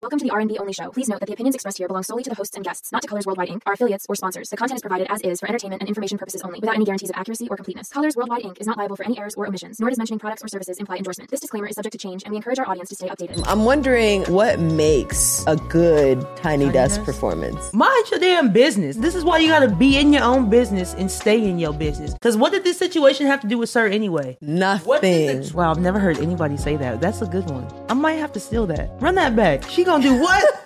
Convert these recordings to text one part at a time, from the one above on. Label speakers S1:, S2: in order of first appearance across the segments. S1: Welcome to the R&B Only Show. Please note that the opinions expressed here belong solely to the hosts and guests, not to Colors Worldwide Inc., our affiliates, or sponsors. The content is provided as is for entertainment and information purposes only, without any guarantees of accuracy or completeness. Colors Worldwide Inc. is not liable for any errors or omissions, nor does mentioning products or services imply endorsement. This disclaimer is subject to change, and we encourage our audience to stay updated.
S2: I'm wondering what makes a good Tiny, Dust, performance.
S3: Mind your damn business. This is why you gotta be in your own business and stay in your business. Because what did this situation have to do with Sir anyway?
S2: Nothing.
S3: Wow, I've never heard anybody say that. That's a good one. I might have to steal that. Run that back. She gonna do what?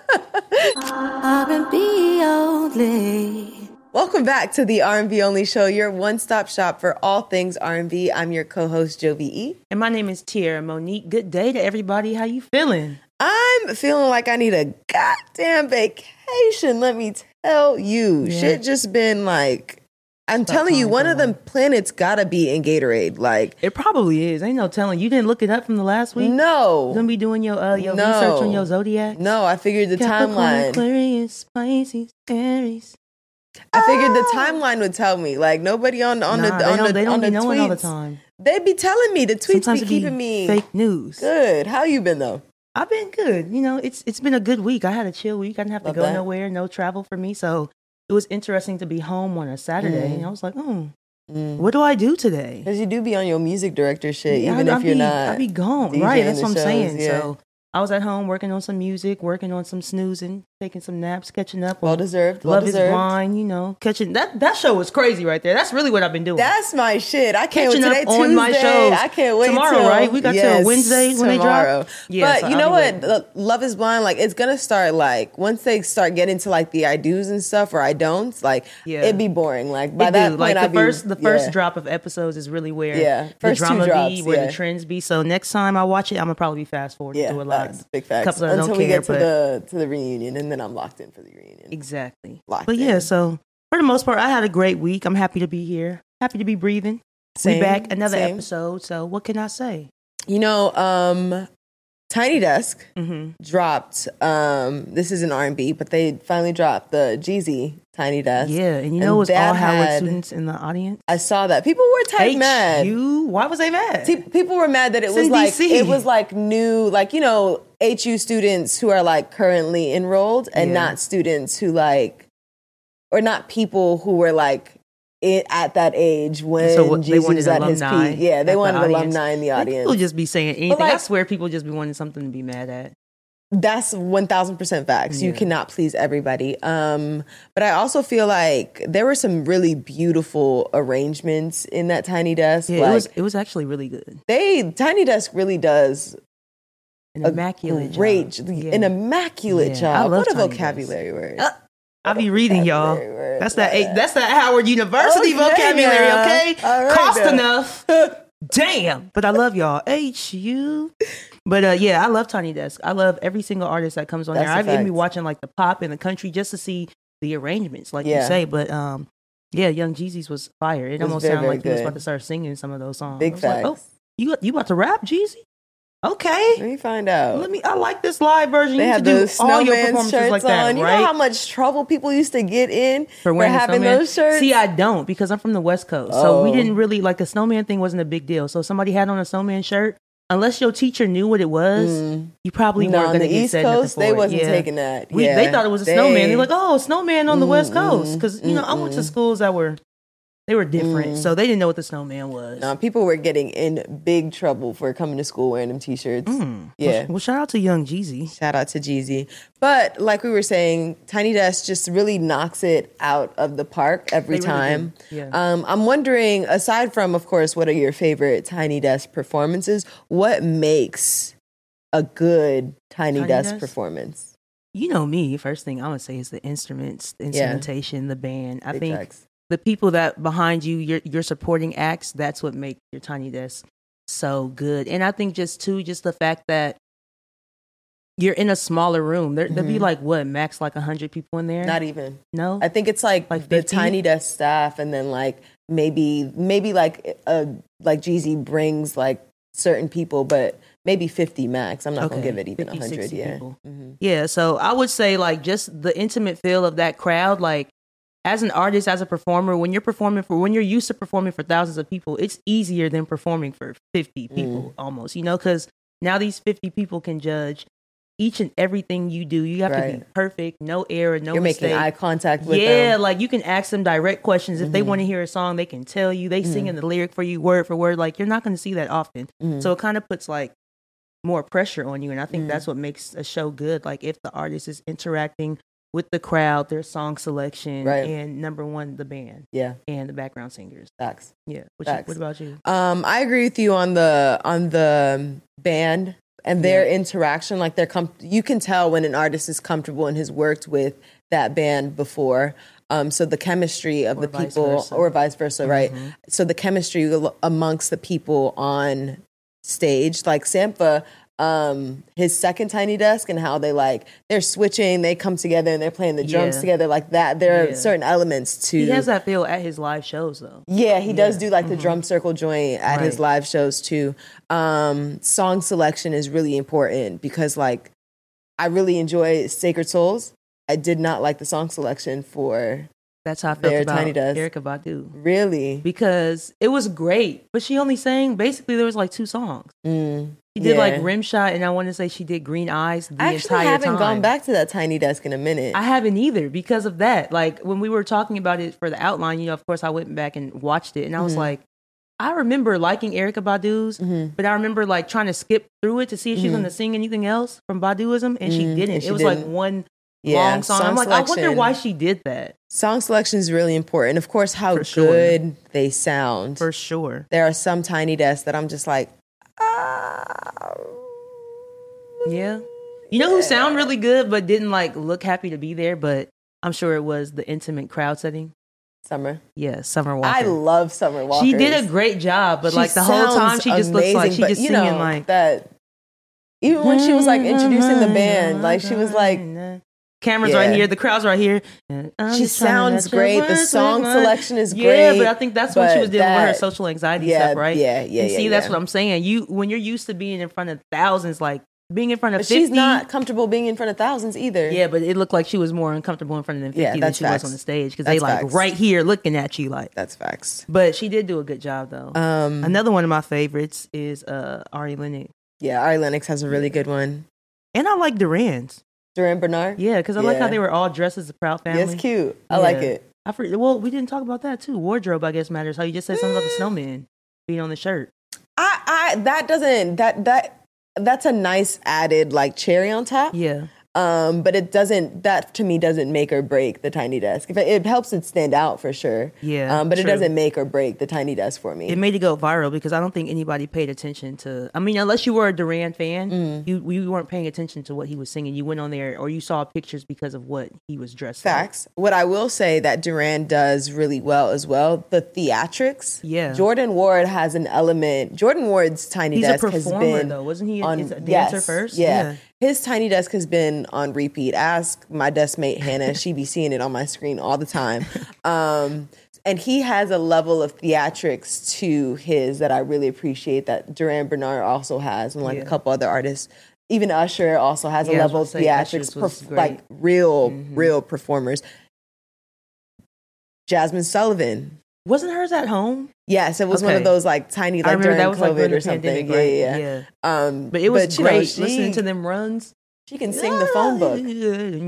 S4: R&B only.
S2: Welcome back to the R&B Only Show, your one-stop shop for all things R&B. I'm your co-host Jovi E.
S3: and my name is Tierra Monique. Good day to everybody. How you feeling?
S2: I'm feeling like I need a goddamn vacation. Let me tell you, shit just been like. I'm telling you, one of them planets gotta be in Gatorade. Like,
S3: It probably is. Ain't no telling. You didn't look it up from the last week. You
S2: no,
S3: gonna be doing your uh, your
S2: No.
S3: research on your zodiac.
S2: no. I figured the
S3: Capricorn,
S2: timeline.
S3: Aquarius, Pisces, Aries.
S2: I figured the timeline would tell me. Like, nobody on on
S3: Nah,
S2: the
S3: Ah, they
S2: on
S3: don't,
S2: the
S3: they don't
S2: on
S3: be
S2: the
S3: knowing all the
S2: tweets-
S3: time.
S2: They be telling me the tweets
S3: Sometimes
S2: be
S3: it be
S2: keeping me
S3: fake news.
S2: good. How you been though?
S3: I've been good. You know, it's it's been a good week. I had a chill week. I didn't have to
S2: Love
S3: go
S2: that.
S3: nowhere, no travel for me. So it was interesting to be home on a Saturday.
S2: Mm.
S3: And I was like, oh, what do I do today?
S2: Because you do be on your music director shit,
S3: Yeah,
S2: Mm. even
S3: I-
S2: if
S3: I
S2: you're
S3: be,
S2: not.
S3: I be gone.
S2: DJing
S3: right. That's
S2: the
S3: what I'm saying.
S2: shows, yeah.
S3: So I was at home working on some music, working on some snoozing, taking some naps, catching up.
S2: well
S3: on
S2: deserved. Well
S3: Love is
S2: deserved.
S3: blind, you know, catching that that show was crazy right there. That's really what I've been doing.
S2: That's my shit. I can't
S3: Catching
S2: wait.
S3: up
S2: Today,
S3: on
S2: Tuesday.
S3: my shows.
S2: I can't wait.
S3: Tomorrow,
S2: till-
S3: right? We got till Wednesday when they drop?
S2: tomorrow.
S3: Yeah,
S2: but
S3: so
S2: you
S3: I'll
S2: know
S3: be
S2: what?
S3: waiting.
S2: Lo- Love is blind. Like it's gonna start. Like once they start getting to like the I do's and stuff or I don'ts, like
S3: Yeah.
S2: it'd be boring. Like by
S3: It
S2: that
S3: do.
S2: point,
S3: like the
S2: I'd be-
S3: first the first
S2: yeah.
S3: drop of episodes is really where
S2: Yeah,
S3: the
S2: first two
S3: drama be,
S2: drops,
S3: where
S2: yeah.
S3: the trends be. So next time I watch it, I'm gonna probably fast forward
S2: Yeah,
S3: through a lot.
S2: facts, big facts.
S3: Couple I
S2: Until
S3: don't
S2: we
S3: care,
S2: get to
S3: but
S2: the to the reunion, and then I'm locked in for the reunion.
S3: exactly.
S2: Locked
S3: but yeah,
S2: in.
S3: so for the most part, I had a great week. I'm happy to be here. Happy to be breathing. we
S2: Same,
S3: back another
S2: same.
S3: episode. So what can I say?
S2: You know, um, Tiny Desk
S3: Mm-hmm.
S2: dropped. Um, this is an R and B, but they finally dropped the Jeezy Tiny Desk.
S3: Yeah, and you know it was
S2: that
S3: all Howard
S2: had-
S3: students in the audience.
S2: I saw that people were type mad.
S3: HU? Why was they mad?
S2: T- People were mad that it was
S3: It's in
S2: like
S3: DC.
S2: it was like new, like you know, HU students who are like currently enrolled and
S3: Yeah.
S2: not students who like, or not people who were like. i at that age when
S3: so what, they
S2: Jeezy
S3: wanted
S2: was at his
S3: alumni.
S2: peak, yeah,
S3: at
S2: they
S3: the
S2: wanted
S3: audience.
S2: alumni in the
S3: Like,
S2: audience.
S3: People just be saying anything. I
S2: like-
S3: swear, people just be wanting something to be mad at.
S2: That's one thousand percent facts. You
S3: Yeah.
S2: cannot please everybody. Um, but I also feel like there were some really beautiful arrangements in that tiny desk.
S3: Yeah,
S2: like
S3: it was it was actually really good.
S2: they tiny desk really does
S3: An
S2: a
S3: immaculate
S2: great,
S3: job.
S2: an
S3: Yeah.
S2: immaculate
S3: Yeah, I
S2: job.
S3: love
S2: What a
S3: Tiny Desk.
S2: vocabulary word.
S3: Uh, I be reading y'all.
S2: Vocabulary,
S3: That's that.
S2: yeah.
S3: That's that Howard University
S2: Okay,
S3: vocabulary.
S2: now.
S3: Okay,
S2: All right,
S3: cost
S2: now.
S3: enough. Damn, but I love y'all. H U. But uh, yeah, I love Tiny Desk. I love every single artist that comes on
S2: That's
S3: there.
S2: a
S3: I've even
S2: fact.
S3: been watching like the pop and the country just to see the arrangements, like
S2: Yeah.
S3: you say. But um, yeah, Young Jeezy's was fire.
S2: was
S3: It, almost
S2: very,
S3: sounded
S2: very
S3: like he was
S2: good.
S3: about to start singing some of those songs. I
S2: Big
S3: was like,
S2: facts.
S3: oh, you you about to rap, Jeezy? Okay,
S2: Let me find out.
S3: let me. I like this live version.
S2: they
S3: you
S2: had
S3: had to do
S2: those
S3: all your
S2: snowman
S3: performances
S2: shirts
S3: like
S2: on.
S3: that,
S2: You
S3: right?
S2: know how much trouble people used to get in for,
S3: wearing the
S2: having
S3: snowman.
S2: those shirts.
S3: See, I don't because I'm from the West Coast, so we
S2: Oh.
S3: didn't really like the snowman thing wasn't a big deal. So if somebody had on a snowman shirt. Unless your teacher knew what it was, you probably
S2: No, Mm.
S3: weren't
S2: on
S3: going to
S2: the
S3: get
S2: East
S3: said nothing
S2: Coast,
S3: for
S2: they
S3: it.
S2: wasn't
S3: Yeah.
S2: taking that.
S3: We,
S2: Yeah.
S3: They thought it was a snowman.
S2: They-
S3: They're like, "Oh, snowman on the West
S2: Mm,
S3: Coast,"
S2: mm,
S3: because you know I went to schools that were they were different, so they didn't know what the snowman was.
S2: No, people were getting in big trouble for coming to school wearing them t-shirts.
S3: Hmm.
S2: Yeah.
S3: Well, shout out to Young Jeezy.
S2: Shout out to Jeezy. But like we were saying, Tiny Desk just really knocks it out of the park every
S3: They really
S2: time.
S3: do. Yeah.
S2: Um, I'm wondering, aside from, of course, what are your favorite Tiny Desk performances? What makes a good Tiny,
S3: Tiny
S2: Desk,
S3: Desk?
S2: performance?
S3: You know me. First thing I'm gonna say is the instruments, the instrumentation, the band. I
S2: Big
S3: think
S2: facts.
S3: the people that behind you, your your supporting acts, that's what make your tiny desk so good. And I think just too, just the fact that you're in a smaller room. There there'd be like what, max like hundred people in there?
S2: Mm-hmm. Not even.
S3: no?
S2: I think it's like,
S3: Like
S2: the
S3: 50?
S2: Tiny Desk staff, and then like maybe maybe like uh like Jeezy brings like certain people, but maybe 50 max. I'm not gonna
S3: Okay,
S2: give it even
S3: 50,
S2: 100.
S3: 60
S2: Yeah,
S3: people.
S2: Mhm.
S3: Mm-hmm. Yeah, so I would say like just the intimate feel of that crowd, like as an artist, as a performer, when you're performing for when you're used to performing for thousands of people, it's easier
S2: Mm.
S3: than performing for 50 people almost, you know, cuz now these 50 people can judge each and everything you do. You have to be
S2: Right.
S3: perfect, no error, no
S2: You're making
S3: mistake.
S2: eye contact with
S3: yeah,
S2: them. Mm-hmm.
S3: like you can ask them direct questions. If they want to hear a song, they can tell you. They sing in the lyric for you word for word. Like you're not going to see that often.
S2: Mm-hmm.
S3: So it kind of puts like more pressure on you. And I think
S2: Mm-hmm.
S3: that's what makes a show good. Like if the artist is interacting with the crowd, their song selection,
S2: Right.
S3: and number one, the band
S2: Yeah,
S3: and the background singers.
S2: facts.
S3: Yeah. What, you-
S2: Facts.
S3: what about you?
S2: Um, I agree with you on the on the band and their interaction. Like they're com- you can tell when an artist is comfortable and has worked with that band before. Um, so the chemistry of the
S3: vice
S2: people,
S3: versa. Mm-hmm.
S2: or vice versa, right? So the chemistry al- amongst the people on stage, like Sampha, um, his second Tiny Desk, and how they like they're switching, they come together and they're playing the drums
S3: Yeah.
S2: together, like that. There are
S3: Yeah.
S2: certain elements to
S3: He has that feel at his live shows though.
S2: yeah, he does do like the drum circle joint at his
S3: Mm-hmm. Right.
S2: live shows too. Um, song selection is really important because like I really enjoy Sacred Souls. I did not like the song selection for
S3: That's how I felt
S2: There,
S3: about
S2: Tiny does.
S3: Erica Badu.
S2: really.
S3: because it was great, but she only sang basically there was like two songs.
S2: Mm.
S3: She did like
S2: Yeah.
S3: Rim Shot, and I want to say she did Green Eyes the
S2: I actually
S3: entire
S2: haven't
S3: time.
S2: gone back to that tiny desk in a minute.
S3: I haven't either because of that. Like when we were talking about it for the outline, you know, of course I went back and watched it, and I
S2: Mm-hmm.
S3: was like, I remember liking Erica Badu's, but I remember like trying to skip through it to see if she was going to sing anything else from Baduism, and she didn't.
S2: Mm-hmm. and she
S3: it was like
S2: didn't.
S3: one
S2: Yeah,
S3: long song.
S2: song
S3: I'm like, I
S2: selection.
S3: wonder why she did that
S2: song selection is really important. Of course, how
S3: For sure.
S2: good they sound.
S3: for sure.
S2: there are some tiny desks that I'm just like, ah,
S3: Yeah. You know who sound really good but didn't like look happy to be there, but I'm sure it was the intimate crowd setting.
S2: Summer.
S3: Yeah, Summer
S2: I
S3: Walker.
S2: love Summer Walker.
S3: she did a great job, but like the whole time she just looks like she just singing like
S2: that. Even when she was like introducing the band, like she was like,
S3: Mm-hmm. cameras
S2: Yeah.
S3: right here, the crowd's right here. And I'm
S2: She
S3: just trying to
S2: sounds
S3: let your
S2: great. The
S3: words
S2: song
S3: with mine.
S2: selection is
S3: Yeah,
S2: great,
S3: but I think that's when she
S2: but
S3: was dealing with her
S2: that-
S3: social anxiety
S2: yeah,
S3: stuff, right?
S2: yeah, yeah,
S3: And
S2: yeah,
S3: see, that's
S2: yeah.
S3: what I'm saying. You when you're used to being in front of thousands, like being in front of
S2: but
S3: 50,
S2: she's not comfortable being in front of thousands either.
S3: Yeah, but it looked like she was more uncomfortable in front of them 50
S2: Yeah,
S3: than
S2: that's
S3: she
S2: facts.
S3: was on the stage because they
S2: That's
S3: like
S2: facts.
S3: right here looking at you like.
S2: that's facts.
S3: But she did do a good job though.
S2: Um,
S3: Another one of my favorites is uh Ari Lennox,
S2: yeah, Ari Lennox has a really good one.
S3: and I like Duran's.
S2: Duran Bernard.
S3: Yeah, because I like how
S2: Yeah.
S3: they were all dressed as a proud
S2: Yeah,
S3: family.
S2: it's cute. I like
S3: Yeah.
S2: it.
S3: I for, well, we didn't talk about that too. Wardrobe, I guess, matters. How you just said something about
S2: Mm.
S3: the snowman being on the shirt.
S2: I, I that doesn't that that that's a nice added like cherry on top.
S3: Yeah,
S2: Um, but it doesn't. That to me doesn't make or break the tiny desk. If it, it helps it stand out for sure.
S3: Yeah,
S2: Um, but it
S3: true.
S2: doesn't make or break the tiny desk for me.
S3: it made it go viral because I don't think anybody paid attention to. I mean, unless you were a Duran fan,
S2: Mm.
S3: you you weren't paying attention to what he was singing. You went on there or you saw pictures because of what he was dressed. like.
S2: Facts. What I will say that Duran does really well as well, the theatrics.
S3: Yeah.
S2: Jordan Ward has an element. Jordan Ward's Tiny
S3: He's a
S2: Desk
S3: performer,
S2: has been
S3: though. Wasn't he a-
S2: on,
S3: is a dancer
S2: yes,
S3: first?
S2: Yeah.
S3: Yeah.
S2: His Tiny Desk has been on repeat. Ask my desk mate Hannah. she be seeing it on my screen all the time. Um and he has a level of theatrics to his that I really appreciate that Duran Bernard also has and like a couple other artists. Even Usher also has a
S3: Yeah, I was
S2: level of
S3: gonna say,
S2: theatrics,
S3: Usher's was
S2: perf-
S3: great. Mm-hmm.
S2: like real, real performers. Jasmine Sullivan.
S3: Wasn't hers at home?
S2: Yes, it was one of
S3: Okay.
S2: those like tiny,
S3: I
S2: like
S3: remember
S2: during
S3: that was like
S2: COVID
S3: during
S2: or
S3: the
S2: something.
S3: pandemic,
S2: yeah,
S3: right?
S2: yeah, yeah. Um,
S3: But it was
S2: you know,
S3: great listening to them runs.
S2: She can sing the phone book.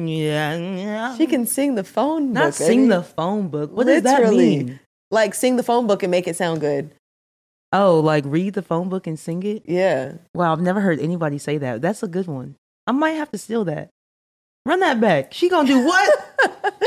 S3: Yeah.
S2: She can sing the phone
S3: not
S2: book.
S3: sing
S2: baby.
S3: the phone book. What does that
S2: Literally.
S3: mean?
S2: like sing the phone book and make it sound good.
S3: Oh, like read the phone book and sing it?
S2: Yeah,
S3: Wow, I've never heard anybody say that. That's a good one. I might have to steal that. Run that back. She gonna do what?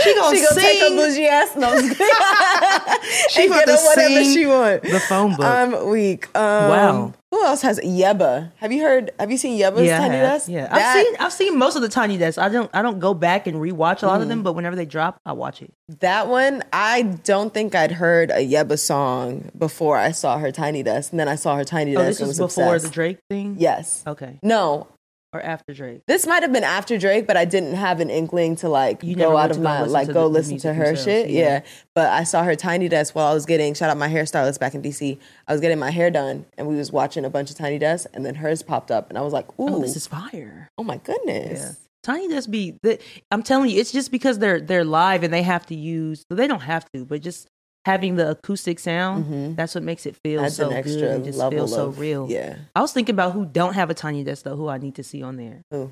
S3: she gonna
S2: she gonna
S3: sing
S2: take her bougie ass. No, I'm just kidding.
S3: She
S2: and
S3: about
S2: get
S3: to
S2: her whatever
S3: sing
S2: she want.
S3: the phone book.
S2: I'm weak. Um,
S3: Wow.
S2: Who else has Yeba? Have you heard? Have you seen Yeba's
S3: yeah, I
S2: Tiny
S3: have.
S2: Desk?
S3: yeah.
S2: That-
S3: I've seen I've seen most of the tiny desks. I don't I don't go back and rewatch a lot of
S2: Mm.
S3: them, but whenever they drop, I watch it.
S2: That one, I don't think I'd heard a Yeba song before I saw her Tiny Desk, and then I saw her Tiny
S3: Oh,
S2: Desk
S3: this
S2: and
S3: was
S2: was
S3: before
S2: obsessed.
S3: the Drake thing.
S2: yes.
S3: Okay.
S2: No.
S3: Or after Drake.
S2: This might have been after Drake, but I didn't have an inkling to like
S3: You never
S2: go
S3: went
S2: out
S3: to
S2: of
S3: go
S2: my
S3: listen
S2: like
S3: to
S2: go
S3: the- the
S2: listen to
S3: music
S2: her
S3: themselves,
S2: shit.
S3: yeah.
S2: Yeah. But I saw her Tiny Desk while I was getting shout out my hairstylist back in DC. I was getting my hair done, and we was watching a bunch of Tiny Desk, and then hers popped up, and I was like, ooh,
S3: Oh, this is fire.
S2: oh my
S3: Yeah.
S2: goodness.
S3: Tiny Desk be the, I'm telling you, it's just because they're they're live and they have to use well, they don't have to, but just having the acoustic sound, that's what makes it feel
S2: That's
S3: so
S2: Mm-hmm. an
S3: good
S2: extra
S3: and just
S2: level
S3: feel so
S2: of-
S3: real.
S2: Yeah.
S3: I was thinking about who don't have a tiny desk though, who I need to see on there.
S2: Who?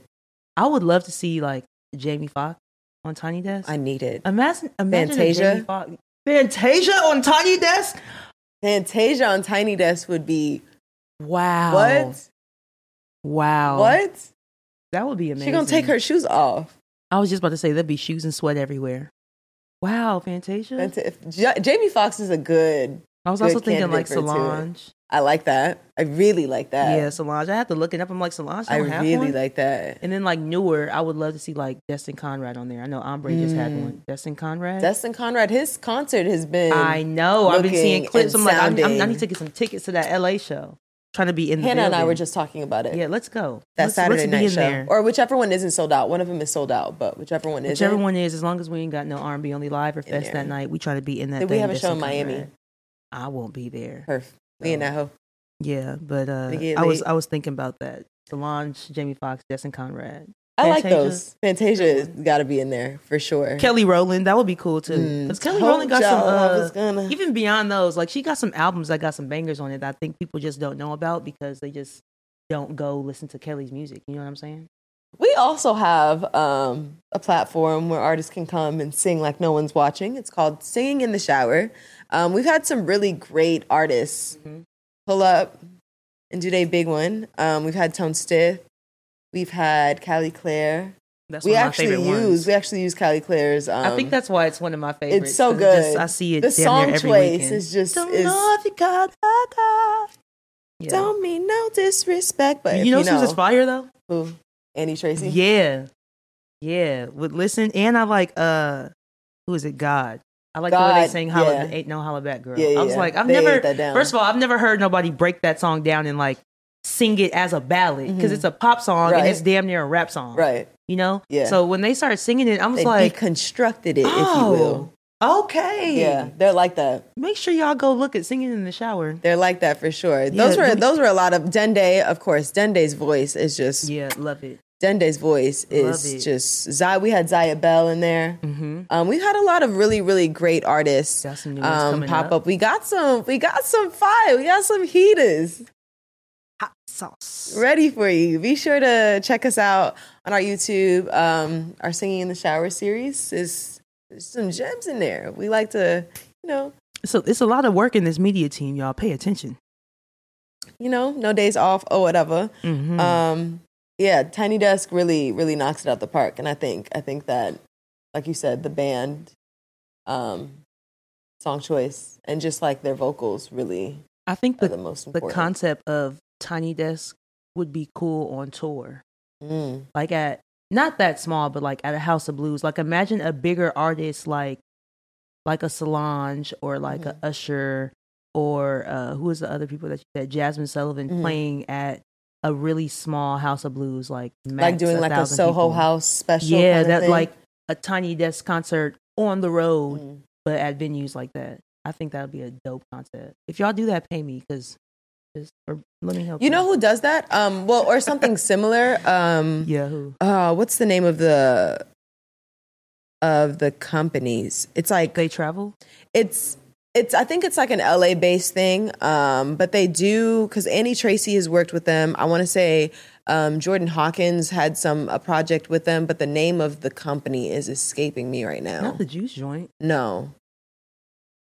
S3: I would love to see like Jamie Foxx on Tiny Desk.
S2: I need
S3: Uh,
S2: it.
S3: imagine, imagine Fantasia.
S2: Fantasia?
S3: Jamie Foxx. Fantasia on Tiny Desk.
S2: Fantasia on Tiny Desk would be
S3: Wow.
S2: what?
S3: Wow.
S2: What?
S3: That would be amazing.
S2: She gonna take her shoes off.
S3: I was just about to say there'd be shoes and sweat everywhere. Wow, Fantasia.
S2: That's it. If Ja- Jamie Foxx is a good.
S3: I was
S2: good
S3: also thinking
S2: candidate
S3: like
S2: for two.
S3: Solange.
S2: I like that. I really like that.
S3: yeah, Solange. I had to look it up. I'm like Solange.
S2: I
S3: Don't have
S2: really
S3: one?
S2: like that.
S3: And then like newer, I would love to see like Destin Conrad on there. I know Ombre just had one. Destin Conrad.
S2: Mm. Destin Conrad, his concert has been.
S3: I know. I've been
S2: looking
S3: seeing clips.
S2: and
S3: I'm like, I, I, I
S2: sounding.
S3: need to get some tickets to that LA show. Trying to be in the
S2: Hannah and I were
S3: building.
S2: just talking about it.
S3: yeah. Let's go.
S2: That
S3: let's,
S2: Saturday
S3: let's be
S2: night
S3: in
S2: show,
S3: there.
S2: or whichever one isn't sold out. One of them is sold out, but whichever one isn't.
S3: Whichever one is, as long as we ain't got no R&B only live or fest
S2: there.
S3: that night, we try to be in that.
S2: Did we
S3: thing,
S2: have a show in
S3: Destin
S2: Miami?
S3: Conrad. I won't be there.
S2: Her, me and that hoe.
S3: Yeah, but uh,
S2: Nigga,
S3: I was
S2: they-
S3: I was thinking about that. Solange, Jamie Foxx, Destin Conrad,
S2: I like
S3: Fantasia.
S2: those. Fantasia's got to be in there for sure.
S3: Kelly Rowland. That would be cool too.
S2: Mm,
S3: Because Kelly
S2: told
S3: Rowland got
S2: y'all I was
S3: some. Uh,
S2: gonna-
S3: even beyond those, like she got some albums that got some bangers on it that I think people just don't know about because they just don't go listen to Kelly's music. You know what I'm saying?
S2: We also have um, a platform where artists can come and sing like no one's watching. It's called Singing in the Shower. Um, we've had some really great artists pull up and do their big one. Um, we've had Tone Stiff. We've had Callie Claire.
S3: That's
S2: we
S3: one of my
S2: actually
S3: favorite
S2: use
S3: ones.
S2: we actually use Callie Claire's. Um,
S3: I think that's why it's one of my favorites.
S2: it's so
S3: 'cause it just-
S2: good.
S3: I see it.
S2: The
S3: damn
S2: song
S3: near every
S2: choice
S3: weekend.
S2: is just
S3: Don't
S2: is,
S3: know if you got that, uh, yeah.
S2: don't mean no disrespect, but if
S3: you know she was fire though.
S2: who? Andy Tracy.
S3: Yeah. Yeah. Would listen and I like uh who is it? God. I like the way
S2: God,
S3: they sang Holla
S2: yeah.
S3: Ain't No Holla Back Girl.
S2: Yeah,
S3: I was
S2: yeah.
S3: like, I've
S2: They ate
S3: never
S2: that down.
S3: first of all, I've never heard nobody break that song down and like sing it as a ballad because it's a pop song
S2: Mm-hmm. Right.
S3: and it's damn near a rap song.
S2: Right.
S3: You know?
S2: Yeah.
S3: So when they started singing it, I was
S2: They
S3: like,
S2: deconstructed it, if you will.
S3: Oh, okay.
S2: Yeah, they're like that.
S3: Make sure y'all go look at singing in the shower.
S2: They're like that for sure. those
S3: Yeah,
S2: were
S3: we-
S2: those were a lot of Dende, of course. Dende's voice is just
S3: Yeah, love it.
S2: Dende's voice
S3: Love it.
S2: is just Zaya. We had Zaya Bell in there.
S3: Mm-hmm.
S2: Um, we've had a lot of really really great artists
S3: Got some new ones
S2: um,
S3: coming
S2: pop up.
S3: up.
S2: We got some we got some fire. We got some heaters
S3: Hot sauce.
S2: ready for you. Be sure to check us out on our YouTube. Um, our singing in the shower series is there's some gems in there. We like to you know
S3: So it's a lot of work in this media team, y'all. Pay attention.
S2: you know no days off or whatever.
S3: Mm-hmm.
S2: Um, yeah, Tiny Desk really, really knocks it out the park, and I think, I think that, like you said, the band, um, song choice, and just like their vocals, really
S3: I think
S2: are
S3: the
S2: the most
S3: the
S2: important.
S3: concept of tiny desk would be cool on tour
S2: Mm,
S3: like at not that small but like at a house of blues like imagine a bigger artist like like a solange or like
S2: Mm-hmm.
S3: a usher or uh who is the other people that you said jasmine sullivan
S2: Mhm.
S3: playing at a really small house of blues like max
S2: like doing like a
S3: 1,000
S2: Soho
S3: people.
S2: House special.
S3: yeah
S2: kinda
S3: that
S2: thing.
S3: like a tiny desk concert on the road
S2: Mm.
S3: but at venues like that i think that would be a dope concept if y'all do that pay me because or let me help
S2: You know who does that? Um, well, or something similar. Um,
S3: yeah who
S2: uh, what's the name of the of the companies? It's like
S3: they travel
S2: it's it's i think it's like an la based thing um but they do because annie tracy has worked with them i want to say um jordan hawkins had some a project with them but the name of the company is escaping me right now
S3: not the juice joint
S2: no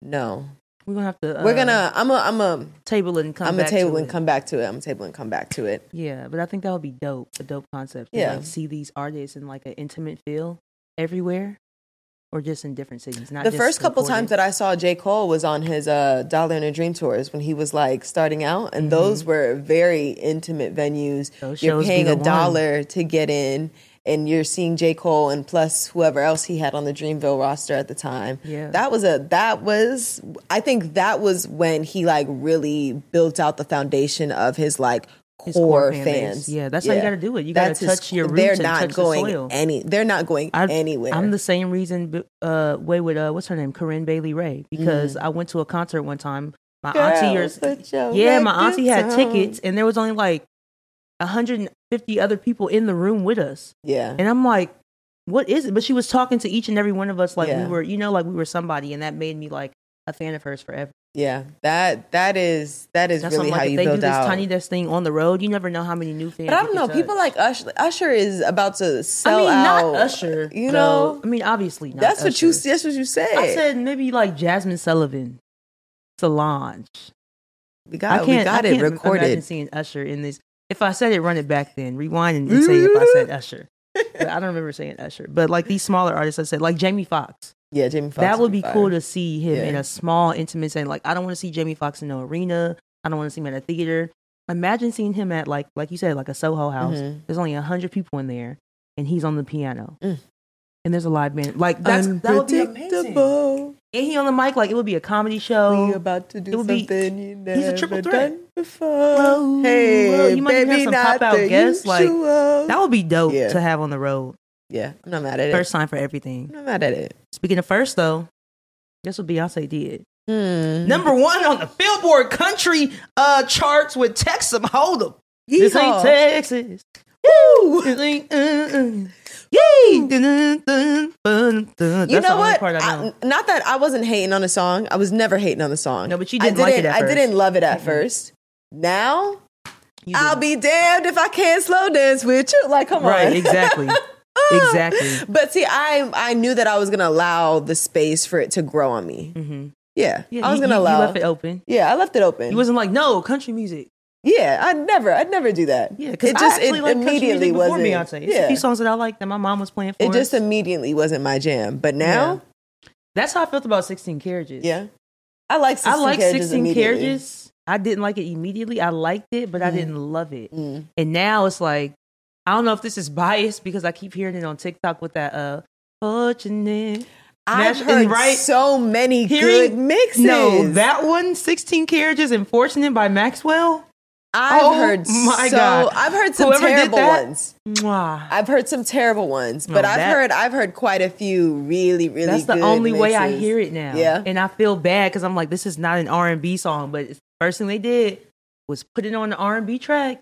S2: no
S3: we're gonna have to uh,
S2: we're gonna i'm a i'm a
S3: table and come
S2: i'm a
S3: back
S2: table
S3: to
S2: and
S3: it.
S2: come back to it i'm a table and come back to it
S3: yeah but i think that would be dope a dope concept to,
S2: Yeah.
S3: like see these artists in like an intimate feel everywhere or just in different cities not
S2: the
S3: just
S2: first couple
S3: recorded.
S2: times that I saw J. Cole was on his uh, Dollar and a Dream tours when he was like starting out, and those were very intimate venues.
S3: Mm-hmm. Those
S2: you're
S3: shows be
S2: paying
S3: the
S2: a
S3: one.
S2: dollar to get in, and you're seeing J. Cole and plus whoever else he had on the Dreamville roster at the time.
S3: Yeah.
S2: that was a that was I think that was when he like really built out the foundation of his like. Core,
S3: His core fan base.
S2: fans,
S3: Yeah, that's how you gotta do it. You gotta
S2: That's his
S3: touch your
S2: core-
S3: roots
S2: They're
S3: and
S2: not
S3: touch the
S2: going
S3: soil.
S2: any. They're not going
S3: I-
S2: anywhere.
S3: I'm the same reason, b- uh, way with uh, what's her name, Corinne Bailey Ray, because
S2: Mm.
S3: I went to a concert one time. My auntie,
S2: Girls
S3: or,
S2: that you
S3: yeah,
S2: let
S3: my auntie had
S2: down.
S3: tickets, and there was only like 150 other people in the room with us,
S2: Yeah,
S3: and I'm like, what is it? But she was talking to each and every one of us like
S2: Yeah.
S3: we were, you know, like we were somebody, and that made me like a fan of hers forever.
S2: Yeah, that that is that is
S3: That's
S2: really
S3: why
S2: how
S3: I'm like,
S2: you
S3: if they
S2: build
S3: do this
S2: out.
S3: tiny desk thing on the road, you never know how many new fans.
S2: but I don't
S3: you can
S2: know.
S3: touch.
S2: People like Usher. Usher is about to
S3: I
S2: sell
S3: mean,
S2: out.
S3: not Usher.
S2: You
S3: though.
S2: know,
S3: I mean, obviously not.
S2: that's what you.
S3: Usher.
S2: That's what you said.
S3: I said maybe like Jasmine Sullivan, Solange.
S2: we got.
S3: I can't.
S2: we got
S3: I
S2: it
S3: can't Imagine
S2: recorded.
S3: seeing Usher in this. If I said it, run it back. Then rewind and, and say if I said Usher. But I don't remember saying Usher. But like these smaller artists, I said like Jamie Foxx.
S2: Yeah, Jamie. Foxx
S3: That would be
S2: fire.
S3: cool to see him
S2: Yeah.
S3: in a small, intimate setting. Like I don't want to see Jamie Foxx in no arena. I don't want to see him at a theater. Imagine seeing him at like like you said, like a Soho house.
S2: Mhm.
S3: There's only hundred people in there, and he's on the piano,
S2: Mm.
S3: and there's a live band. Like that's that would be amazing. And
S2: Unpredictable.
S3: he on the mic, like it would be a comedy show.
S2: We about to do
S3: it would be-
S2: something you never
S3: he's a triple threat.
S2: done before.
S3: Whoa,
S2: hey,
S3: whoa, you might even have
S2: baby,
S3: some
S2: not
S3: pop-out
S2: the
S3: guests, like,
S2: usual.
S3: That would be dope
S2: Yeah.
S3: to have on the road.
S2: yeah, I'm not mad at
S3: First
S2: it.
S3: time for everything.
S2: I'm not mad at it.
S3: Speaking of first, though, guess what Beyonce did?
S2: Hmm.
S3: Number one on the Billboard Country uh, charts with Texas. Hold 'em. This ain't
S2: Yeehaw.
S3: Texas.
S2: Woo!
S3: This ain't. Uh, uh. Yay! Dun, dun, dun, dun, dun.
S2: You
S3: That's the
S2: know
S3: only
S2: what?
S3: Part I know.
S2: I- not that I wasn't hating on the song. I was never hating on the song.
S3: No, but you
S2: I
S3: didn't like it at
S2: I
S3: first.
S2: didn't love it at first. Now
S3: You
S2: I'll
S3: didn't.
S2: be damned if I can't slow dance with you. Like, come on,
S3: right. Exactly. exactly.
S2: But see, I I knew that I was gonna allow the space for it to grow on me.
S3: Mm-hmm.
S2: Yeah, I was gonna
S3: you, you,
S2: allow.
S3: You left it open.
S2: Yeah, I left it open.
S3: You wasn't like no country music.
S2: yeah, I'd never, I'd never do that.
S3: Yeah, because
S2: it just
S3: I actually
S2: it
S3: like
S2: immediately
S3: country
S2: wasn't.
S3: music before Beyonce. It's a
S2: Yeah,
S3: few songs that I like that my mom was playing for
S2: it just
S3: us.
S2: immediately wasn't my jam. But now,
S3: That's how I felt about 16 Carriages.
S2: yeah, I like. 16
S3: I like
S2: carriages
S3: 16
S2: immediately.
S3: Carriages. I didn't like it immediately. I liked it, but I
S2: Mhm.
S3: didn't love it.
S2: Mm.
S3: And now it's like, I don't know if this is biased because I keep hearing it on TikTok with that, uh, fortunate.
S2: I've
S3: Nash- and
S2: heard
S3: right-
S2: so many
S3: Hearing-
S2: good mixes.
S3: No, that one, 16 Carriages and Fortunate by Maxwell.
S2: I've
S3: oh
S2: heard.
S3: my
S2: so,
S3: God.
S2: I've heard some
S3: Whoever did
S2: terrible
S3: that-
S2: ones.
S3: Mwah.
S2: I've heard some terrible ones, but
S3: No,
S2: I've
S3: that-
S2: heard I've heard quite a few really really.
S3: That's the
S2: good
S3: only way I
S2: mixes.
S3: hear it now.
S2: Yeah.
S3: And I feel bad because I'm like, this is not an R&B song. But it's- first thing they did was put it on the R&B track.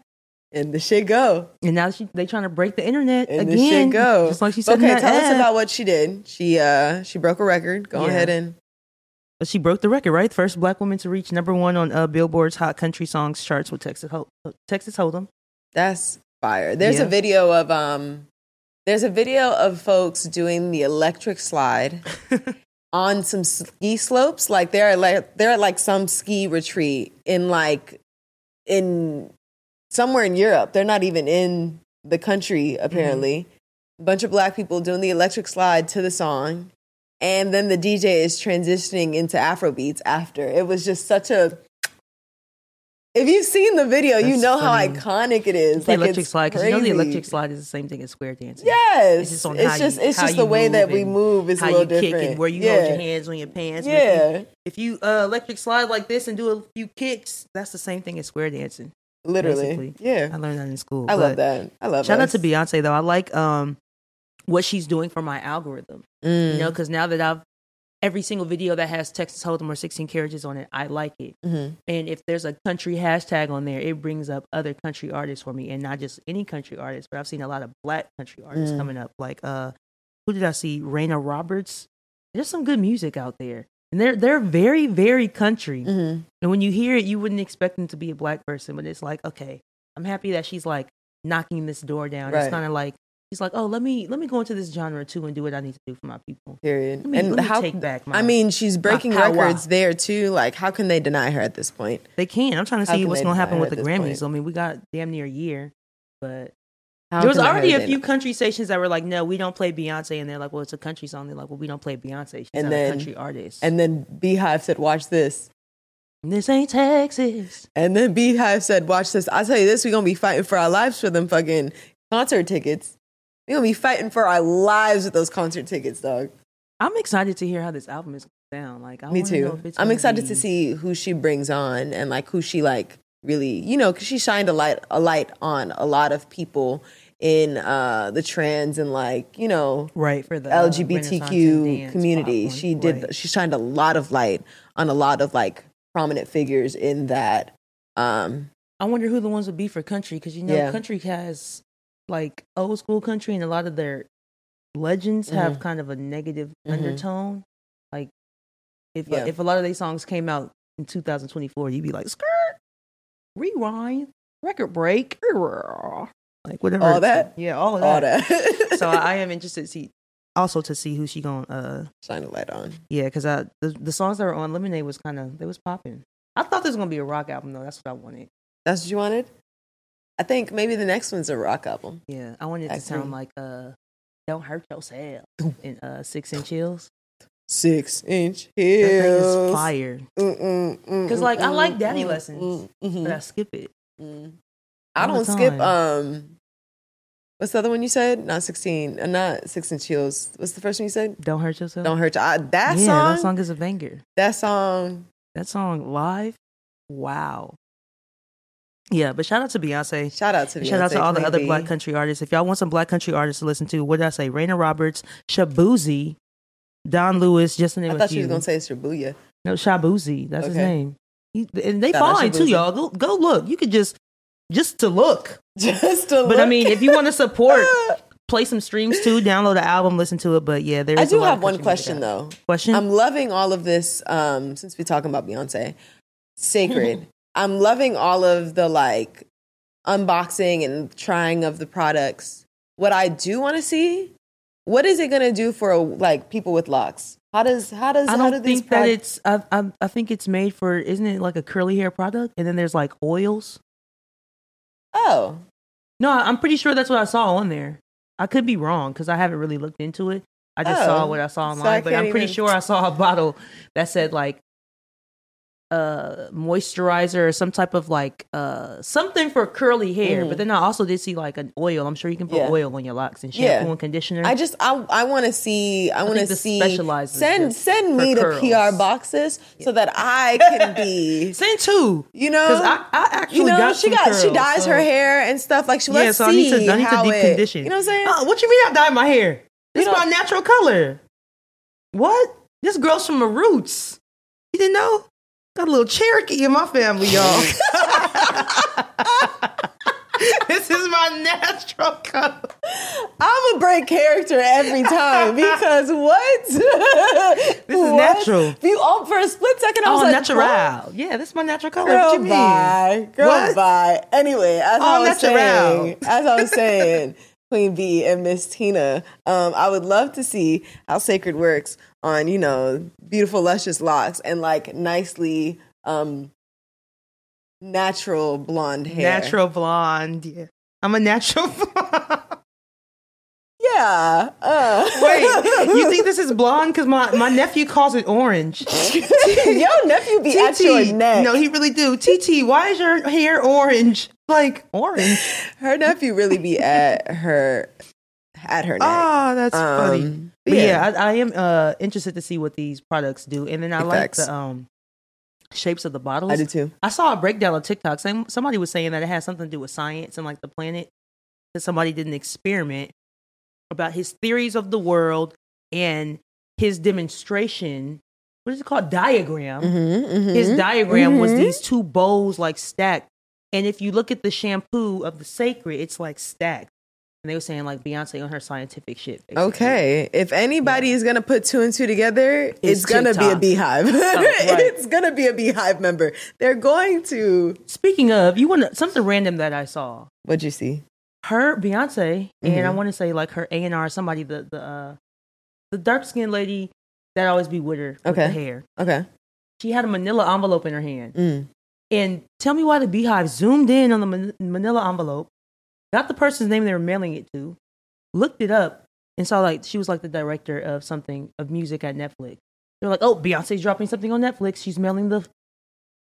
S2: And the shit go.
S3: And now she, they trying to break the internet
S2: And
S3: again.
S2: the shit go.
S3: Just like she said in
S2: okay,
S3: that
S2: tell us
S3: ad.
S2: about what she did. She uh she broke a record. Go
S3: Yeah.
S2: ahead and
S3: But she broke the record, right? First black woman to reach number one on uh, Billboard's Hot Country Songs charts with Texas, Ho- Texas Hold'em.
S2: that's fire. There's
S3: Yeah.
S2: a video of um there's a video of folks doing the electric slide on some ski slopes. Like they're like they're at like some ski retreat in like in somewhere in Europe. They're not even in the country
S3: Mm-hmm.
S2: apparently. bunch of black people doing the electric slide to the song. And then the DJ is transitioning into Afro beats after. It was just such a if you've seen the video, you
S3: That's
S2: know
S3: funny.
S2: how iconic it is.
S3: The
S2: like
S3: electric
S2: it's
S3: slide, because you know the
S2: crazy.
S3: electric slide is the same thing as square dancing.
S2: Yes,
S3: It's just on
S2: it's
S3: how
S2: just
S3: you-
S2: it's
S3: how
S2: just the
S3: you
S2: way that
S3: move
S2: we
S3: and
S2: move is a
S3: how
S2: little
S3: you kick
S2: different.
S3: and where you hold your hands on your pants. But if you-
S2: Yeah,
S3: If you uh, electric slide like this and do a few kicks, that's the same thing as square dancing.
S2: literally.
S3: basically. I
S2: Yeah,
S3: learned that in school.
S2: I, love
S3: But
S2: that. I love.
S3: Shout out
S2: us.
S3: to Beyonce though. I like um, what she's doing for my algorithm.
S2: Mm.
S3: you know because now that i've every single video that has texas hold'em or 16 carriages on it i like it
S2: Mhm.
S3: and if there's a country hashtag on there it brings up other country artists for me and not just any country artists but i've seen a lot of black country artists
S2: Mm.
S3: coming up like uh who did i see raina roberts there's some good music out there and they're they're very very country
S2: Mhm.
S3: and when you hear it, you wouldn't expect them to be a black person, but it's like, okay, I'm happy that she's like knocking this door down.
S2: Right.
S3: It's kind of like she's like, oh, let me let me go into this genre too and do what I need to do for my people.
S2: Period.
S3: Let me-
S2: and
S3: let me
S2: how?
S3: take back my-
S2: I mean, she's breaking
S3: power.
S2: records there too. Like, how can they deny her at this point?
S3: They can. I'm trying to
S2: How
S3: see
S2: can
S3: what's
S2: they
S3: gonna
S2: deny
S3: happen
S2: her
S3: with
S2: at
S3: the
S2: this
S3: Grammys.
S2: point?
S3: I mean, we got damn near a year, but
S2: How
S3: there was
S2: can they
S3: already a
S2: deny-
S3: few country stations that were like, no, we don't play Beyonce, and they're like, well, it's a country song. They're like, well, we don't play Beyonce. She's
S2: And
S3: not
S2: then-
S3: a country artist.
S2: And then Beehive said, "Watch this."
S3: this ain't Texas.
S2: And then Beehive said, "Watch this." I tell you this, we're gonna be fighting for our lives for them fucking concert tickets. We're gonna be fighting for our lives with those concert tickets, dog.
S3: I'm excited to hear how this album is gonna sound. Like, I
S2: Me
S3: wanna know
S2: too.
S3: if it's
S2: I'm
S3: gonna
S2: excited
S3: be-
S2: to see who she brings on and like who she like really, you know, because she shined a light a light on a lot of people in uh the trans and like you know
S3: right for the uh, Renaissance and
S2: LGBTQ
S3: dance
S2: community.
S3: platform.
S2: She did.
S3: Right.
S2: She shined a lot of light on a lot of like prominent figures in that. Um,
S3: I wonder who the ones would be for country because you know
S2: Yeah.
S3: country has like old school country and a lot of their legends
S2: Mm-hmm.
S3: have kind of a negative
S2: Mhm.
S3: undertone. Like if
S2: Yeah.
S3: if a lot of these songs came out in 2024, you'd be like, skirt, rewind, record break, like whatever.
S2: All that?
S3: Yeah, all of that.
S2: All that.
S3: so I, I am interested to see, also to see who she going, uh,
S2: Shine a light on.
S3: yeah, because I the, the songs that were on Lemonade was kind of, they was popping. I thought there was going to be a rock album, though. That's what I wanted.
S2: That's what you wanted? I think maybe the next one's a rock album.
S3: Yeah, I wanted it
S2: I
S3: to sound
S2: agree.
S3: like, uh, don't hurt yourself in uh, Six Inch Chills.
S2: Six inch
S3: That thing is
S2: heels. Mm,
S3: fire.
S2: Because
S3: 'Cause, like,
S2: mm,
S3: I like Daddy Lessons, But I skip it.
S2: I
S3: all
S2: don't
S3: the
S2: skip.
S3: time.
S2: Um, what's the other one you said? Not sixteen. Uh, not six inch heels. What's the first one you said?
S3: Don't hurt yourself.
S2: Don't hurt. You. I, that,
S3: Uh, yeah,
S2: song,
S3: that song is a banger.
S2: That song.
S3: That song live, wow. Yeah, but shout out to Beyonce.
S2: Shout out to
S3: shout out
S2: Beyonce,
S3: to all the other
S2: Queen
S3: black
S2: Bee.
S3: country artists. If y'all want some black country artists to listen to, what did I say? Raina Roberts, Shabuzi, Don Lewis, just to name
S2: I
S3: a
S2: thought she was
S3: few.
S2: gonna say Shibuya.
S3: no, Shabuzi, that's his
S2: Okay.
S3: name. He, and they
S2: Shout out
S3: fine too,
S2: Shabuzi.
S3: y'all. Go go look. You could just just to look.
S2: Just to
S3: But I mean, if you want to support, play some streams too. Download the album, listen to it. But yeah, there's.
S2: I do
S3: a lot of
S2: have one
S3: country music
S2: question
S3: out.
S2: though. Um,
S3: Question.
S2: I'm loving all of this. Um, since we're talking about Beyonce, sacred. I'm loving all of the like unboxing and trying of the products. What I do want to see, what is it going to do for like people with locks? How does how does
S3: I
S2: how
S3: don't
S2: do these
S3: think that
S2: prod-
S3: it's. I, I I think it's made for. Isn't it like a curly hair product? And then there's like oils.
S2: Oh,
S3: No, I- I'm pretty sure that's what I saw on there. I could be wrong because I haven't really looked into it. I just saw
S2: Oh,
S3: what I saw
S2: so
S3: online,
S2: I
S3: but
S2: can't
S3: I'm pretty
S2: even-
S3: sure I saw a bottle that said like uh moisturizer or some type of like uh something for curly hair. But then I also did see like an oil. I'm sure you can put
S2: Mm-hmm. Yeah.
S3: oil on your locks and shampoo
S2: Yeah.
S3: and conditioner.
S2: I just I I want to see I want to
S3: think the
S2: see
S3: specialized is
S2: send
S3: just
S2: send
S3: for
S2: me the
S3: curls.
S2: PR boxes so that I can be
S3: Send two.
S2: you know
S3: Because I, I actually
S2: you know,
S3: got
S2: she
S3: some
S2: got she
S3: curls,
S2: dyes
S3: so-
S2: her hair and stuff. Like she
S3: Yeah,
S2: let's
S3: so I
S2: see
S3: need to I need
S2: how
S3: to deep
S2: it-
S3: condition.
S2: You know what I'm saying?
S3: Uh, what you mean I dyed my hair? This is my natural color. What? This girl's from the roots. You didn't know? Got a little Cherokee in my family, y'all. this is my natural color.
S2: I'm a break character every time because what? this
S3: is natural.
S2: You all for a split second. I was
S3: All
S2: like,
S3: Oh, natural.
S2: "Huh?
S3: Yeah, this is my natural color. what
S2: Girl,
S3: you mean?
S2: bye. Girl,
S3: What?
S2: bye. Anyway, as I
S3: All
S2: was
S3: natural.
S2: saying, as I was saying, Queen B and Miss Tina, um, I would love to see how Sacred works on you know beautiful, luscious locks and like nicely um, natural blonde hair.
S3: Natural blonde. Yeah. I'm a natural blonde.
S2: Yeah. Uh.
S3: Wait, you think this is blonde? Because my, my nephew calls it orange.
S2: your nephew be at your
S3: TT,
S2: neck?
S3: No, he really do. TT, why is your hair orange? Like orange?
S2: her nephew really be at her at her neck.
S3: Oh, that's funny.
S2: Um,
S3: But
S2: yeah.
S3: yeah, I, I am uh, interested to see what these products do, and then I like
S2: Effects.
S3: the um, shapes of the bottles.
S2: I do too.
S3: I saw a breakdown on TikTok. Same, somebody was saying that it has something to do with science and like the planet. That somebody did an experiment about his theories of the world and his demonstration. What is it called? Diagram.
S2: Mm-hmm,
S3: His diagram was these two bowls like stacked. And if you look at the shampoo of the sacred, it's like stacked. And they were saying like Beyonce on her scientific shit. basically.
S2: Okay, if anybody is gonna put two and two together, it's, gonna be a
S3: TikTok. Oh,
S2: beehive.
S3: right.
S2: It's gonna be a beehive member. They're going to.
S3: Speaking of, you want to something random that I saw.
S2: What'd you see?
S3: her Beyonce and I
S2: Mm-hmm.
S3: want to say like her A and R somebody the the uh, the dark skinned lady that always be with her with
S2: Okay.
S3: the hair.
S2: Okay.
S3: She had a Manila envelope in her hand,
S2: Mm.
S3: and tell me why the Beehive zoomed in on the man- Manila envelope, got the person's name they were mailing it to, looked it up, and saw like she was like the director of something of music at Netflix. They're like, oh, Beyonce's dropping something on Netflix. She's mailing the.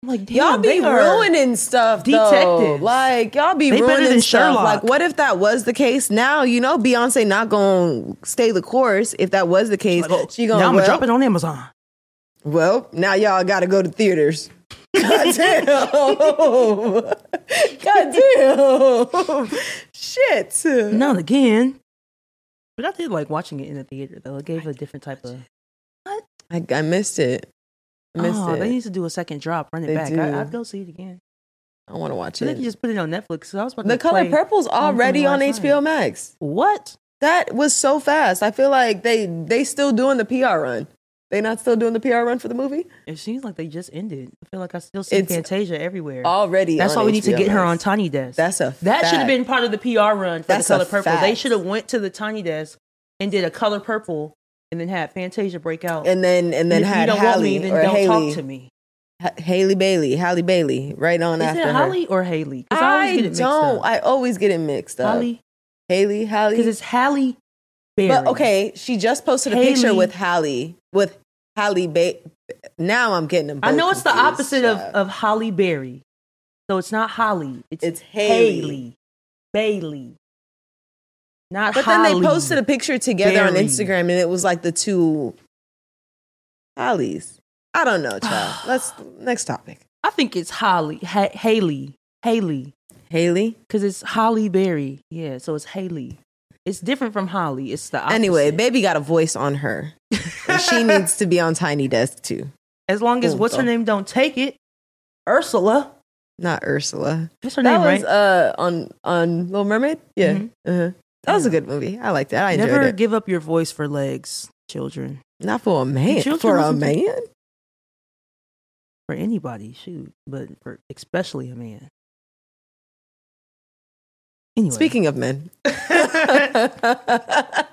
S3: I'm like, damn,
S2: Y'all be
S3: they are-
S2: ruining stuff, though.
S3: detectives.
S2: Like y'all be
S3: They better
S2: ruining
S3: than
S2: stuff. Like,
S3: Sherlock.
S2: what if that was the case? Now you know Beyonce not gonna stay the course. If that was the case,
S3: Like, oh,
S2: she gonna
S3: now I'm
S2: well,
S3: gonna drop it on Amazon.
S2: Well, now y'all got to go to theaters. God damn. God damn. Shit.
S3: now and again. But I did like watching it in the theater though. It gave a different type of.
S2: I, I missed it. I missed
S3: Oh,
S2: it.
S3: they need to do a second drop, run it
S2: They
S3: back.
S2: do.
S3: I, I'd go see it again.
S2: I want to watch
S3: So they
S2: it.
S3: can just put it on Netflix. So I was about
S2: the
S3: to
S2: color
S3: play
S2: purple's already on
S3: Something last
S2: HBO
S3: night.
S2: Max.
S3: What?
S2: That was so fast. I feel like they they still doing the PR run. They not still doing the PR run for the movie
S3: It seems like they just ended. I feel like I still see
S2: It's-
S3: Fantasia everywhere.
S2: already.
S3: That's
S2: on
S3: why we need to
S2: HBO
S3: get her on
S2: Max.
S3: Tiny Desk.
S2: That's a
S3: that should have
S2: fact.
S3: been part of the PR run for
S2: That's
S3: the color
S2: a
S3: purple. They
S2: fact.
S3: should have went to the Tiny Desk and did a color purple and then had Fantasia break out.
S2: and then and then
S3: if
S2: had
S3: you don't want
S2: Hallie
S3: me, then
S2: or
S3: don't
S2: Haley,
S3: talk to me.
S2: Haley Bailey, Hallie Bailey, right on
S3: Is
S2: after
S3: it
S2: her.
S3: Holly or Haley? 'Cause always
S2: I
S3: get it mixed
S2: don't.
S3: up.
S2: I always get it mixed up.
S3: Holly,
S2: Haley, Hallie.
S3: because it's Halle Berry.
S2: But okay, she just posted a picture
S3: Haley.
S2: with Hallie with Hallie. Ba- now I'm getting them.
S3: I
S2: both
S3: know it's the
S2: confused,
S3: opposite of,
S2: child.
S3: of Holly Berry, so it's not Holly. It's,
S2: It's Haley.
S3: Bailey, not.
S2: But
S3: Holly.
S2: then they posted a picture together on
S3: Berry.
S2: Instagram, and it was like the two Hollies. I don't know, child. Let's next topic.
S3: I think it's Holly, ha- Haley, Haley,
S2: Haley.
S3: because it's Holly Berry. Yeah, so it's Haley. It's different from Holly. It's the opposite.
S2: Anyway, baby got a voice on her. And she needs to be on Tiny Desk too,
S3: as long as
S2: Boom,
S3: what's her
S2: so.
S3: name don't take it, Ursula.
S2: not Ursula.
S3: That's her
S2: That
S3: name,
S2: was
S3: right?
S2: uh, on on Little Mermaid. Yeah,
S3: Mhm.
S2: uh-huh. that was a good movie. I liked that. I enjoyed
S3: Never
S2: it.
S3: give up your voice for legs, children,
S2: Not for a man.
S3: children
S2: For a
S3: listen to-
S2: man.
S3: for anybody. Shoot, but for especially a man. Anyway,
S2: Speaking of men.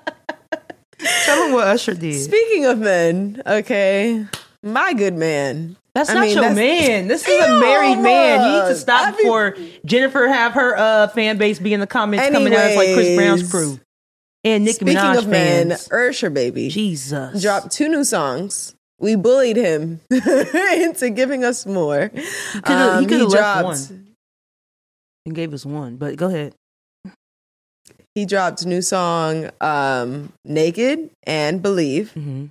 S3: Tell them what Usher did.
S2: Speaking of men, okay, my good man.
S3: that's
S2: I
S3: not
S2: mean,
S3: your
S2: that's-
S3: man. This is
S2: Ew,
S3: a married man. You need
S2: look,
S3: to stop
S2: I be-
S3: before Jennifer have her uh, fan base be in the comments coming at us like Chris Brown's
S2: Anyways,
S3: crew and Nicki
S2: Speaking
S3: Minaj
S2: of men,
S3: fans.
S2: Ursher baby
S3: Jesus,
S2: dropped two new songs. We bullied him into giving us more.
S3: coulda- he
S2: Um,
S3: coulda left one. and gave us one. But go ahead.
S2: He dropped new song um, "Naked" and "Believe."
S3: Mhm.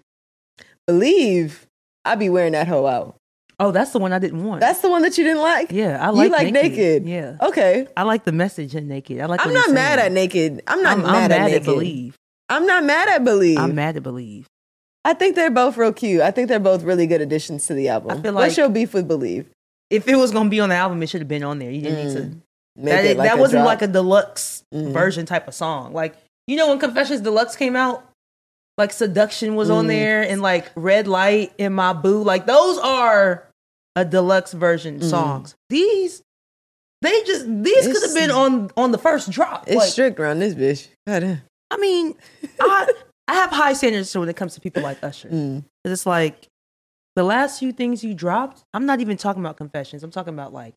S2: Believe, I be wearing that hoe out.
S3: Oh, that's the one I didn't want.
S2: That's the one that you didn't like.
S3: yeah, I
S2: You
S3: like
S2: like Naked.
S3: Yeah,
S2: Okay,
S3: I like the message in naked. I like.
S2: I'm not mad at naked. I'm not
S3: I'm,
S2: mad,
S3: I'm
S2: at,
S3: mad
S2: naked.
S3: at believe.
S2: I'm not mad at believe.
S3: I'm mad at believe.
S2: I think they're both real cute. I think they're both really good additions to the album.
S3: I feel
S2: What's
S3: like-
S2: your beef with believe?
S3: If it was gonna be on the album, it should have been on there. You didn't need to.
S2: Mm, Make
S3: That,
S2: it like
S3: that
S2: a
S3: wasn't
S2: drop.
S3: like a deluxe
S2: Mhm.
S3: version type of song. Like you know when Confessions Deluxe came out, like Seduction was on
S2: Mm.
S3: there, and like Red Light and My Boo. Like those are a deluxe version
S2: Mm.
S3: songs. These. They just these
S2: It's-
S3: could have been on on the first drop.
S2: It's
S3: Like,
S2: strict around this bitch. Gotta-
S3: I mean, I I have high standards when it comes to people like Usher.
S2: Mm.
S3: 'Cause it's like the last few things you dropped. I'm not even talking about confessions. I'm talking about like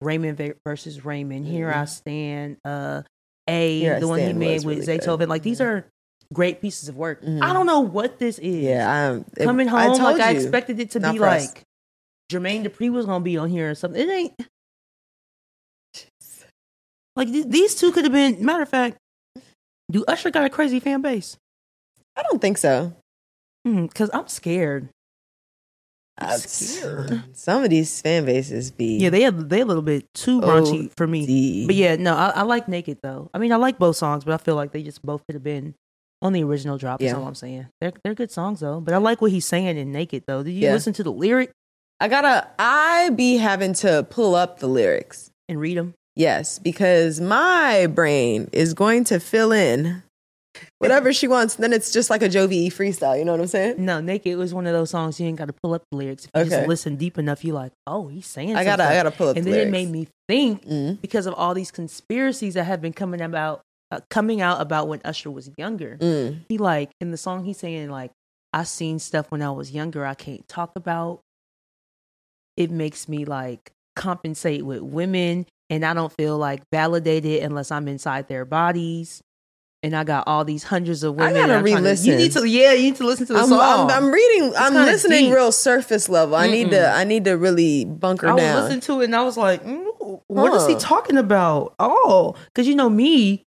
S3: Raymond ve- versus Raymond. Here I stand. Uh, a
S2: Mm-hmm. Here I
S3: the one he
S2: Stand
S3: made
S2: was
S3: with
S2: really
S3: Zaytoven.
S2: good. Mm-hmm.
S3: Like these are great pieces of work.
S2: Mhm.
S3: I don't know what this is.
S2: Yeah, I'm it-
S3: coming home
S2: I told
S3: like I
S2: you.
S3: expected it to
S2: Not
S3: be
S2: for us.
S3: like Jermaine Dupri was gonna be on here or something. It ain't. Like th- these two could have been. Matter of fact, do Usher got a crazy fan base?
S2: I don't think so.
S3: Because Mm, I'm scared.
S2: Uh, Some of these fan bases be
S3: Yeah, they are, they a little bit too
S2: Oh,
S3: raunchy for me.
S2: OD.
S3: But yeah, no, I, I like Naked though. I mean, I like both songs, but I feel like they just both could have been on the original drop. That's
S2: Yeah.
S3: all I'm saying. They're they're good songs though. But I like what he's saying in Naked though. Did you
S2: Yeah.
S3: listen to the lyric
S2: I gotta. I be having to pull up the lyrics.
S3: and read them?
S2: Yes, because my brain is going to fill in whatever she wants. Then it's just like a Jovi E freestyle. You know what I'm saying?
S3: No, Naked was one of those songs you ain't got to pull up the lyrics. If you
S2: Okay.
S3: just listen deep enough, you like, oh, he's saying.
S2: I
S3: some
S2: gotta. I
S3: stuff.
S2: gotta pull up.
S3: and
S2: the
S3: then it
S2: lyrics.
S3: made me think
S2: Mm.
S3: because of all these conspiracies that have been coming about, uh, coming out about when Usher was younger.
S2: Mm.
S3: he like in the song he's saying like i seen stuff when i was younger i can't talk about it makes me like compensate with women and i don't feel like validated unless i'm inside their bodies and i got all these hundreds of
S2: I
S3: women
S2: gotta
S3: and I'm trying to- you need
S2: re-listen.
S3: to yeah you need to listen to the
S2: I'm,
S3: song
S2: I'm, I'm reading. I'm
S3: kinda
S2: listening
S3: deep.
S2: real surface level. I need to.
S3: Mm-mm.
S2: I need to really bunker
S3: I was
S2: down.
S3: listening to it and I was like, mm, what is he
S2: Huh.
S3: talking about? Oh, because you know me,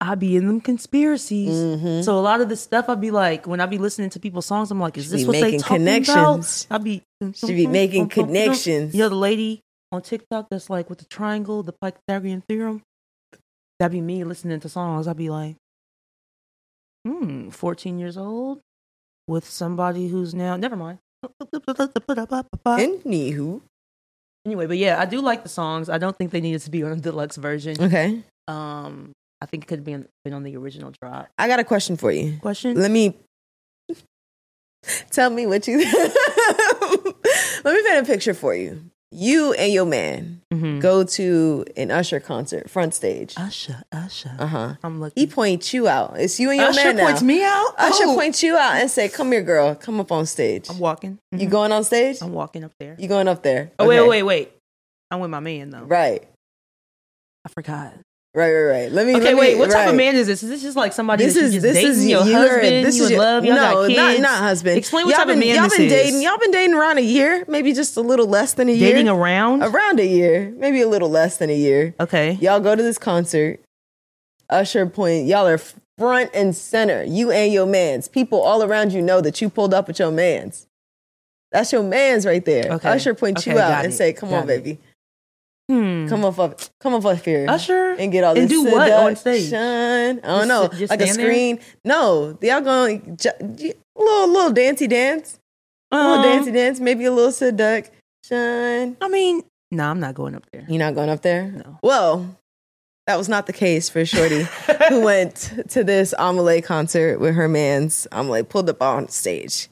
S3: I be in them conspiracies.
S2: Mhm.
S3: So a lot of the stuff I'd be like, when I be listening to people's songs, I'm like, is
S2: She
S3: this
S2: be
S3: what they
S2: making
S3: talking
S2: connections.
S3: about? I be
S2: She be making connections.
S3: You know the lady on TikTok that's like with the triangle, the Pythagorean theorem. That'd be me listening to songs. I'd be like, hmm, 14 years old with somebody who's now never mind.
S2: Anywho,
S3: Anyway, but yeah, I do like the songs. I don't think they needed to be on a deluxe version.
S2: okay.
S3: Um, I think it could have been, been on the original drop.
S2: I got a question for you.
S3: Question?
S2: Let me. Tell me what you. Let me paint a picture for you. You and your man
S3: Mm-hmm. Mm.
S2: go to an Usher concert, front stage. Uh-huh.
S3: Usher, Usher. Uh huh. I'm looking.
S2: He points you out. It's you and your
S3: Usher
S2: man now.
S3: points me out.
S2: Usher
S3: Oh.
S2: points you out and say, "Come here, girl. Come up on stage.
S3: I'm walking. Mm-hmm.
S2: You going on stage?
S3: I'm walking up there.
S2: You going up there?
S3: Oh wait,
S2: Okay.
S3: wait, wait. I'm with my man though.
S2: Right,
S3: I forgot.
S2: right, right, right. Let me.
S3: Okay,
S2: let me-
S3: wait. What type
S2: right.
S3: of man is this? Is this just like somebody
S2: This
S3: that you
S2: is
S3: just
S2: this
S3: dating
S2: is
S3: your
S2: you are-
S3: husband?
S2: This
S3: you
S2: is
S3: in
S2: your,
S3: love?
S2: No,
S3: Y'all got
S2: not
S3: kids?
S2: not husband.
S3: Explain what
S2: y'all
S3: type
S2: been,
S3: of man
S2: y'all
S3: this
S2: been
S3: is.
S2: dating. Y'all been dating around a year, maybe just a little less than a year.
S3: Dating around?
S2: around a year, maybe a little less than a year.
S3: Okay.
S2: Y'all go to this concert. Usher point. Y'all are front and center. You and your man's. People all around you know that you pulled up with your man's. That's your man's right there.
S3: Okay.
S2: Usher points you
S3: Okay,
S2: out
S3: got
S2: and
S3: it.
S2: say, "Come on,
S3: Got it.
S2: baby,
S3: Hmm.
S2: come off up, come off up here."
S3: Usher
S2: and get all
S3: and
S2: this
S3: do what on stage?
S2: seduction. I don't
S3: Just
S2: know,
S3: sit- just
S2: like a
S3: stand there?
S2: screen. No, y'all going j- j- little little dancey dance, little
S3: Um,
S2: dancey dance, maybe a little seduction.
S3: I mean, no, I'm not going up there.
S2: You not going up there?
S3: No.
S2: Well, that was not the case for Shorty, who went to this Amelie concert with her man's Amelie pulled up on stage,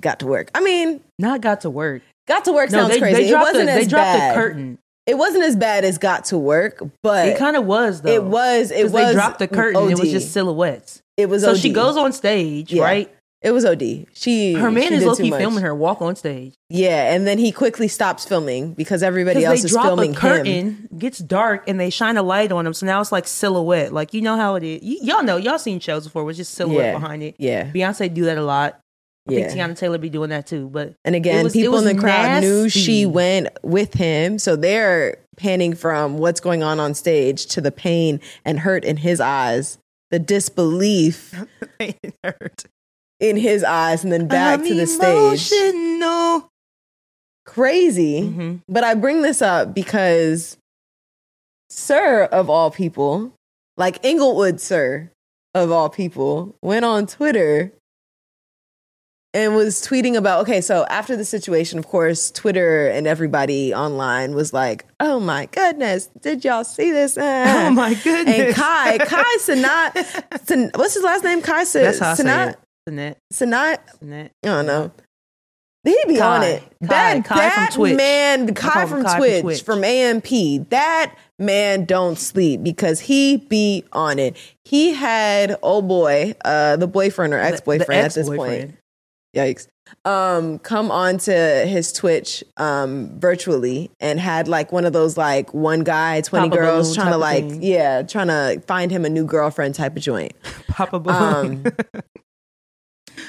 S2: got to work. I mean,
S3: Not got to work.
S2: got to work
S3: No,
S2: sounds
S3: they,
S2: crazy.
S3: they
S2: it
S3: dropped,
S2: wasn't
S3: the,
S2: as
S3: they dropped
S2: bad.
S3: the curtain.
S2: It wasn't as bad as got to work, but
S3: It kind of was though.
S2: It was. It
S3: 'Cause
S2: was.
S3: They dropped the curtain. and It was
S2: OD.
S3: just silhouettes.
S2: It was.
S3: So
S2: OD.
S3: she goes on stage,
S2: Yeah.
S3: right?
S2: It was OD. She.
S3: Her man
S2: she
S3: is
S2: did
S3: low
S2: too
S3: key
S2: much.
S3: filming her walk on stage.
S2: Yeah, and then he quickly stops filming because everybody
S3: Because
S2: else
S3: they
S2: is
S3: drop
S2: filming
S3: a curtain,
S2: him.
S3: gets dark, and they shine a light on them. So now it's like silhouette. Like you know how it is. Y- y'all know. Y'all seen shows before. It's just silhouette
S2: Yeah.
S3: behind it.
S2: Yeah.
S3: Beyonce do that a lot. I
S2: Yeah.
S3: think Tiana Taylor be doing that too. But
S2: And
S3: it
S2: again,
S3: was- it
S2: people in
S3: was
S2: the crowd knew she
S3: nasty.
S2: went with him, so they're panning from what's going on on stage to the pain and hurt in his eyes, the disbelief
S3: It hurt.
S2: in his eyes, and then back
S3: I'm
S2: to the stage.
S3: emotional.
S2: Crazy.
S3: Mhm.
S2: But I bring this up because, sir of all people, like Inglewood, sir of all people, went on Twitter and was tweeting about okay, so after the situation, of course, Twitter and everybody online was like, oh my goodness, did y'all see this? uh?"
S3: Oh my goodness.
S2: And Kai, Kai Sinat, Sin, what's his last name? Kai Sin,
S3: That's how I say
S2: Sinat,
S3: it. Sinat.
S2: Sinat,
S3: Sinat.
S2: I don't know. He be
S3: Kai.
S2: on it.
S3: Kai.
S2: that
S3: Kai from
S2: that
S3: Twitch.
S2: man,
S3: call
S2: Kai
S3: him
S2: from,
S3: Kai from
S2: Twitch,
S3: Twitch.
S2: from AMP, that man don't sleep because he be on it. He had oh boy, uh, the boyfriend or ex boyfriend at this point
S3: ex-boyfriend.
S2: yikes um come on to his twitch um virtually and had like one of those like one guy 20
S3: Papa
S2: girls
S3: balloon
S2: trying to
S3: type of
S2: like
S3: thing.
S2: yeah trying to find him a new girlfriend type of joint
S3: Papa Balloon.
S2: um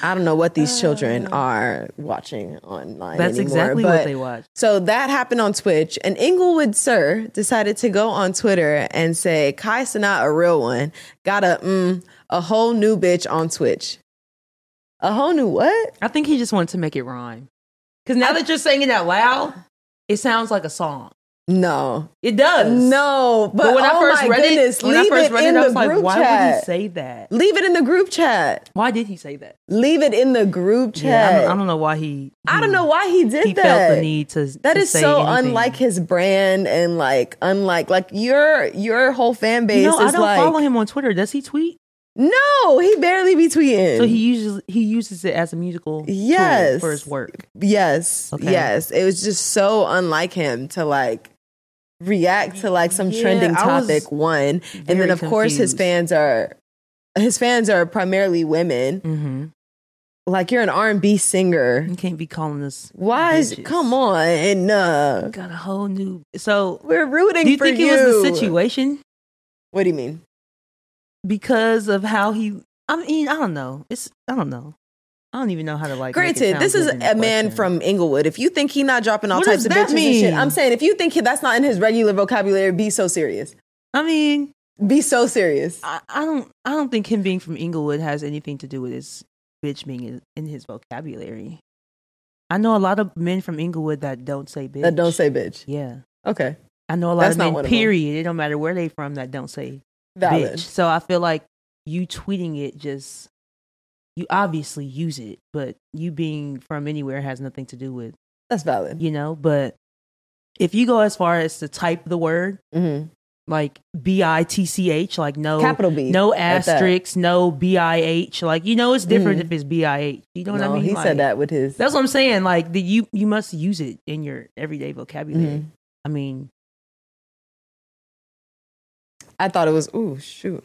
S2: i don't know what these children are watching online
S3: Uh. That's
S2: anymore,
S3: exactly
S2: but
S3: what they watch.
S2: so that happened on Twitch, and Inglewood Sir decided to go on Twitter and say, Kai Sinat, a real one, got a, mm, a whole new bitch on Twitch. A whole new what?
S3: I think he just wanted to make it rhyme. Because now that you're saying it out loud, it sounds like a song.
S2: No,
S3: It does.
S2: no. But,
S3: when
S2: oh
S3: I first
S2: my
S3: read
S2: goodness,
S3: it, when I
S2: leave
S3: first
S2: it
S3: read
S2: in
S3: it, I was
S2: the
S3: like,
S2: group
S3: why would he
S2: chat.
S3: say that?
S2: leave it in the group chat.
S3: Why did he say that?
S2: Leave it in the group chat.
S3: Yeah, I, don't, I don't know why he.
S2: I don't know why he did
S3: Hmm. He
S2: that.
S3: felt the need to.
S2: That
S3: to
S2: is
S3: say
S2: so
S3: anything.
S2: unlike his brand and like unlike like your your whole fan base
S3: You know, I
S2: is
S3: don't
S2: like
S3: follow him on Twitter. Does he tweet?
S2: no, he barely be tweeting.
S3: So he uses he uses it as a musical tool
S2: Yes.
S3: for his work.
S2: yes,
S3: Okay.
S2: yes, it was just so unlike him to like react to like some
S3: Yeah,
S2: trending
S3: I was
S2: topic one, and
S3: very
S2: then of course his
S3: confused.
S2: fans are his fans are primarily women.
S3: Mm-hmm.
S2: Like you're an R and B singer.
S3: You can't be calling us.
S2: Why is
S3: bitches.
S2: come on? Uh,
S3: Got a whole new. So
S2: we're rooting
S3: do you
S2: for
S3: think
S2: you.
S3: it was the situation
S2: What do you mean?
S3: because of how he? I mean, I don't know. It's I don't know. I don't even know how to like. make it
S2: Granted,
S3: sound
S2: this is
S3: good
S2: a
S3: in the
S2: man
S3: question.
S2: from Inglewood. If you think he not dropping all
S3: What
S2: types
S3: does
S2: of
S3: that
S2: bitches and shit,
S3: mean?
S2: I'm saying if you think he, that's not in his regular vocabulary, be so serious.
S3: I mean,
S2: Be so serious.
S3: I, I don't. I don't think him being from Inglewood has anything to do with his bitch being in, in his vocabulary. I know a lot of men from Inglewood that don't say bitch.
S2: That don't say bitch.
S3: Yeah,
S2: Okay,
S3: I know a lot
S2: That's not
S3: of
S2: one
S3: men.
S2: of 'em.
S3: Period. It don't matter where they from that don't say
S2: valid.
S3: bitch. So I feel like you tweeting it just you obviously use it, but you being from anywhere has nothing to do with
S2: That's valid.
S3: you know. But if you go as far as to type the word,
S2: hmm
S3: like B I T C H, like no
S2: Capital B,
S3: no
S2: like that.
S3: asterisks, no B I H. Like you know, it's different if it's B I H. You know what
S2: Mm-hmm. no,
S3: I mean?
S2: he
S3: Like,
S2: said that with his.
S3: That's what I'm saying. Like the, you, you must use it in your everyday vocabulary.
S2: Mm-hmm.
S3: I mean,
S2: I thought it was. Ooh, shoot.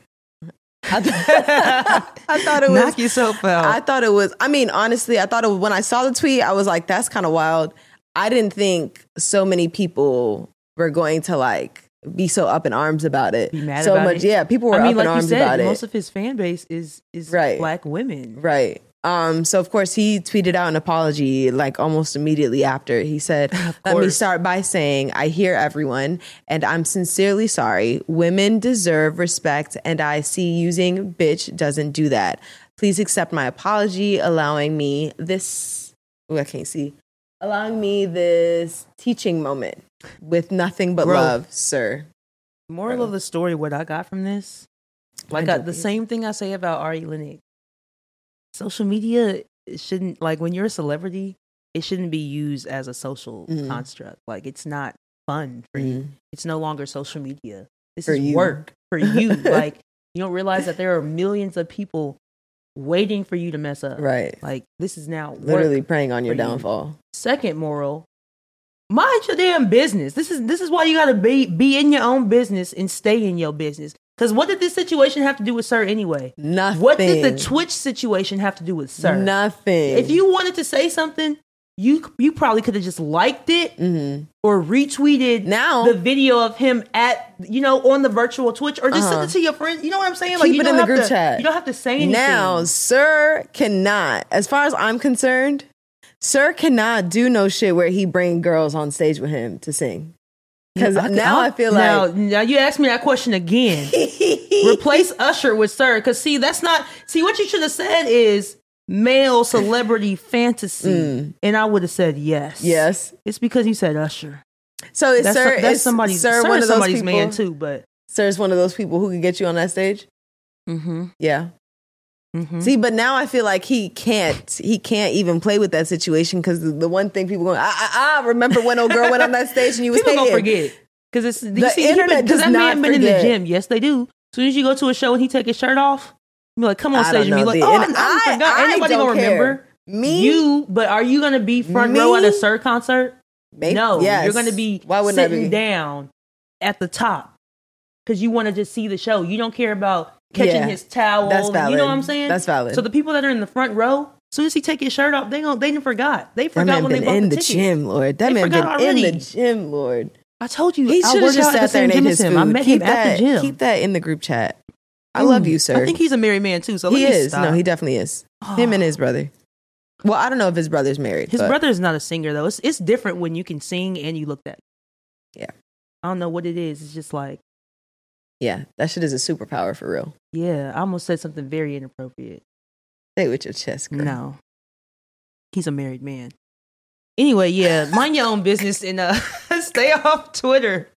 S2: I, th- I thought it was.
S5: Knock yourself
S3: Oh.
S5: out.
S2: I thought it was. I mean, honestly, I thought it was when I saw the tweet. I was like, "That's kind of wild." I didn't think so many people were going to like be so up in arms about it.
S3: be mad
S2: so
S3: about
S2: much,
S3: it.
S2: yeah. People were
S3: I mean,
S2: up
S3: like
S2: in arms
S3: you said,
S2: about it.
S3: most of his fan base is is
S2: Right.
S3: black women.
S2: Right. Um, so of course he tweeted out an apology like almost immediately after. He said, "Let me
S3: course.
S2: start by saying I hear everyone and I'm sincerely sorry. Women deserve respect and I see using bitch doesn't do that. Please accept my apology allowing me this Ooh, I can't see. Allowing me this teaching moment with nothing but
S3: Growth.
S2: love, sir."
S3: Moral of the story: What I got from this, like I, the same thing I say about Ari Lennox. Social media shouldn't like when you're a celebrity, it shouldn't be used as a social
S2: Mhm.
S3: construct. Like it's not fun for you.
S2: Mhm.
S3: It's no longer social media. This
S2: For
S3: is
S2: you.
S3: work Mm-hmm. for you. like you don't realize that there are millions of people waiting for you to mess up.
S2: Right.
S3: Like this is now work.
S2: Literally preying on your
S3: for you.
S2: downfall.
S3: Second moral: mind your damn business. This is this is why you gotta be be in your own business and stay in your business. Because what did this situation have to do with Sir anyway?
S2: Nothing.
S3: What did the Twitch situation have to do with Sir?
S2: Nothing.
S3: If you wanted to say something, you you probably could have just liked it
S2: Mhm.
S3: or retweeted
S2: Now-
S3: the video of him at you know on the virtual Twitch or just
S2: Uh-huh.
S3: send it to your friends. You know what I'm saying?
S2: Keep it
S3: you
S2: in
S3: don't
S2: the
S3: have
S2: group
S3: to-
S2: chat.
S3: You don't have to say anything.
S2: Now, sir cannot, as far as I'm concerned, sir cannot do no shit where he bring girls on stage with him to sing. Because now I, feel
S3: Oh, now,
S2: like
S3: now you ask me that question again. Replace Usher with Sir, because see that's not see what you should have said is male celebrity fantasy,
S2: Mm.
S3: and I would have said yes.
S2: yes.
S3: it's because you said Usher.
S2: So is
S3: That's,
S2: sir
S3: that's
S2: is
S3: somebody's
S2: sir,
S3: Sir
S2: one
S3: is
S2: of those
S3: somebody's
S2: people,
S3: man too, but
S2: Sir is one of those people who can get you on that stage.
S3: mm-hmm,
S2: Yeah.
S3: mm-hmm.
S2: See, but now I feel like he can't. He can't even play with that situation because the, the one thing people going, ah, ah, ah, remember when old girl went on that stage and you was
S3: people gonna
S2: hating.
S3: forget because it's you
S2: The
S3: see, he
S2: internet
S3: been- 'cause
S2: does
S3: that man
S2: not
S3: been in the
S2: forget.
S3: gym. Yes, they do. As soon as you go to a show and he take his shirt off, you be like, "Come on
S2: I
S3: stage,"
S2: don't
S3: and you
S2: know,
S3: like,
S2: the-
S3: "Oh, I,
S2: and
S3: I,
S2: I-
S3: forgot."
S2: I
S3: Ain't nobody
S2: don't
S3: gonna
S2: care.
S3: remember
S2: Me?
S3: You, but are you gonna be front
S2: Me?
S3: row at a Sir concert?
S2: Maybe-
S3: no,
S2: yes.
S3: you're gonna be
S2: Why wouldn't I
S3: sitting
S2: be?
S3: down at the top because you want to just see the show. You don't care about catching
S2: Yeah.
S3: his towel.
S2: That's
S3: and You know
S2: valid.
S3: what I'm saying?
S2: That's valid.
S3: So the people that are in the front row, as soon as he take his shirt off, they don't. They didn't forgot. They
S2: That
S3: forgot
S2: man
S3: when they
S2: been
S3: bought
S2: in
S3: the
S2: the
S3: ticket.
S2: gym, Lord. That
S3: They
S2: man been
S3: forgot
S2: in the
S3: already.
S2: gym, Lord.
S3: I told you
S2: He
S3: I
S2: should have
S3: worked
S2: just
S3: out at the
S2: sat there
S3: same
S2: and
S3: gym
S2: ate
S3: as
S2: his
S3: him.
S2: food.
S3: I met
S2: keep
S3: him
S2: that,
S3: at the gym. Mm,
S2: Keep that in the group chat. I love you, sir.
S3: I think he's a married man too. So
S2: he
S3: let me
S2: is.
S3: Stop.
S2: No, he definitely is. Him and his brother. Well, I don't know if his brother's married.
S3: Ah. his
S2: but
S3: brother is not a singer though. It's it's different when you can sing and you look that.
S2: Yeah.
S3: I don't know what it is. It's just like
S2: Yeah, that shit is a superpower for real.
S3: yeah. I almost said something very inappropriate.
S2: Stay with your chest, girl.
S3: No, he's a married man. Anyway, yeah, mind your own business and uh, stay off Twitter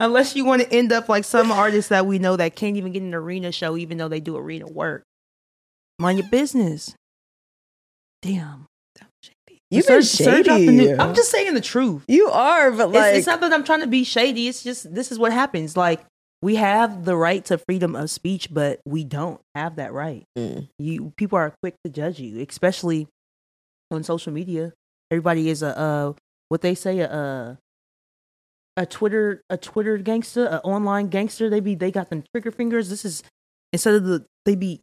S3: unless you want to end up like some artists that we know that can't even get an arena show even though they do arena work. Mind your business. Damn.
S2: You've
S3: Sir-
S2: been
S3: Sir
S2: shady.
S3: dropped the new- I'm just saying the truth.
S2: You are, but
S3: It's-
S2: like,
S3: it's, not that I'm trying to be shady. It's just this is what happens. Like we have the right to freedom of speech, but we don't have that right.
S2: Mm.
S3: You people are quick to judge you, especially on social media. Everybody is a uh, what they say a, uh a Twitter a Twitter gangster, an online gangster. They be they got them trigger fingers. This is instead of the they be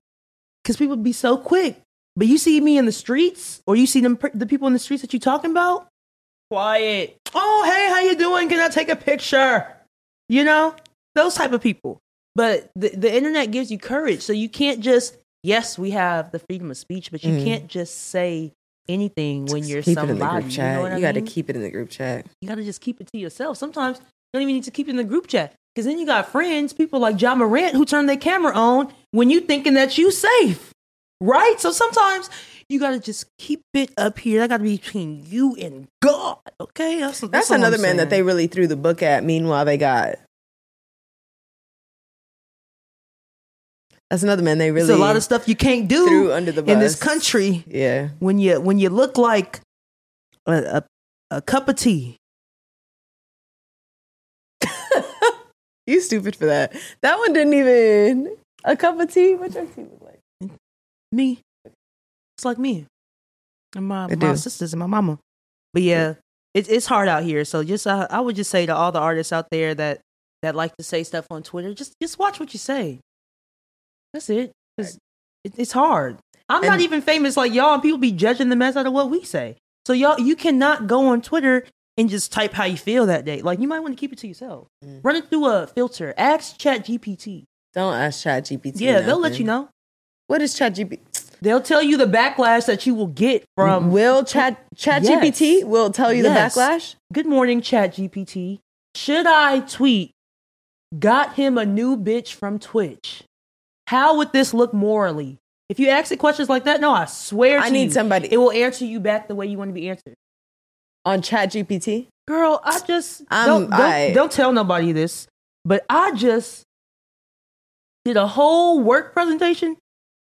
S3: because people be so quick. But you see me in the streets, or you see them per- the people in the streets that you talking about, quiet. Oh, hey, how you doing? Can I take a picture? You know, those type of people. But the, the internet gives you courage. So you can't just, yes, we have the freedom of speech, but you
S2: Mhm.
S3: can't just say anything when you're
S2: keep it in the
S3: somebody.
S2: group
S3: You, know
S2: chat.
S3: what
S2: You,
S3: I
S2: got to
S3: mean?
S2: keep it in the group chat.
S3: you gotta just keep it to yourself. Sometimes you don't even need to keep it in the group chat. Cause then you got friends, people like John Morant who turn their camera on when you thinking that you safe. Right? So sometimes you gotta just keep it up here. That gotta be between you and God. Okay. That's, that's,
S2: That's
S3: all I'm
S2: another man that
S3: saying.
S2: they really threw the book at. Meanwhile, they got. That's another man they really
S3: There's a lot of stuff you can't do
S2: threw under the bus
S3: in this country
S2: Yeah,
S3: when you when you look like a, a, a cup of tea.
S2: You stupid for that. That one didn't even a cup of tea. What your tea look like?
S3: me. It's like me and my,
S2: It
S3: my
S2: do.
S3: sisters and my mama. But yeah, it's it's hard out here. So just uh, I would just say to all the artists out there that that like to say stuff on Twitter, just just watch what you say. That's it. 'Cause It, it's hard. I'm not
S2: And-
S3: even famous like y'all, and people be judging the mess out of what we say. So y'all, you cannot go on Twitter and just type how you feel that day. Like you might want to keep it to yourself.
S2: Mm.
S3: Run it through a filter. Ask Chat GPT.
S2: Don't ask ChatGPT.
S3: Yeah, they'll let you know.
S2: What is ChatGPT?
S3: They'll tell you the backlash that you will get from
S2: will Chat ChatGPT
S3: Yes.
S2: will tell you
S3: Yes.
S2: the backlash?
S3: Good morning, Chat GPT. Should I tweet? Got him a new bitch from Twitch. How would this look morally? If you ask it questions like that, no, I swear
S2: I
S3: to
S2: need
S3: you,
S2: somebody-
S3: It will answer you back the way you want to be answered.
S2: On ChatGPT?
S3: Girl, I just
S2: I'm-
S3: don't, don't,
S2: I-
S3: don't tell nobody this, but I just did a whole work presentation.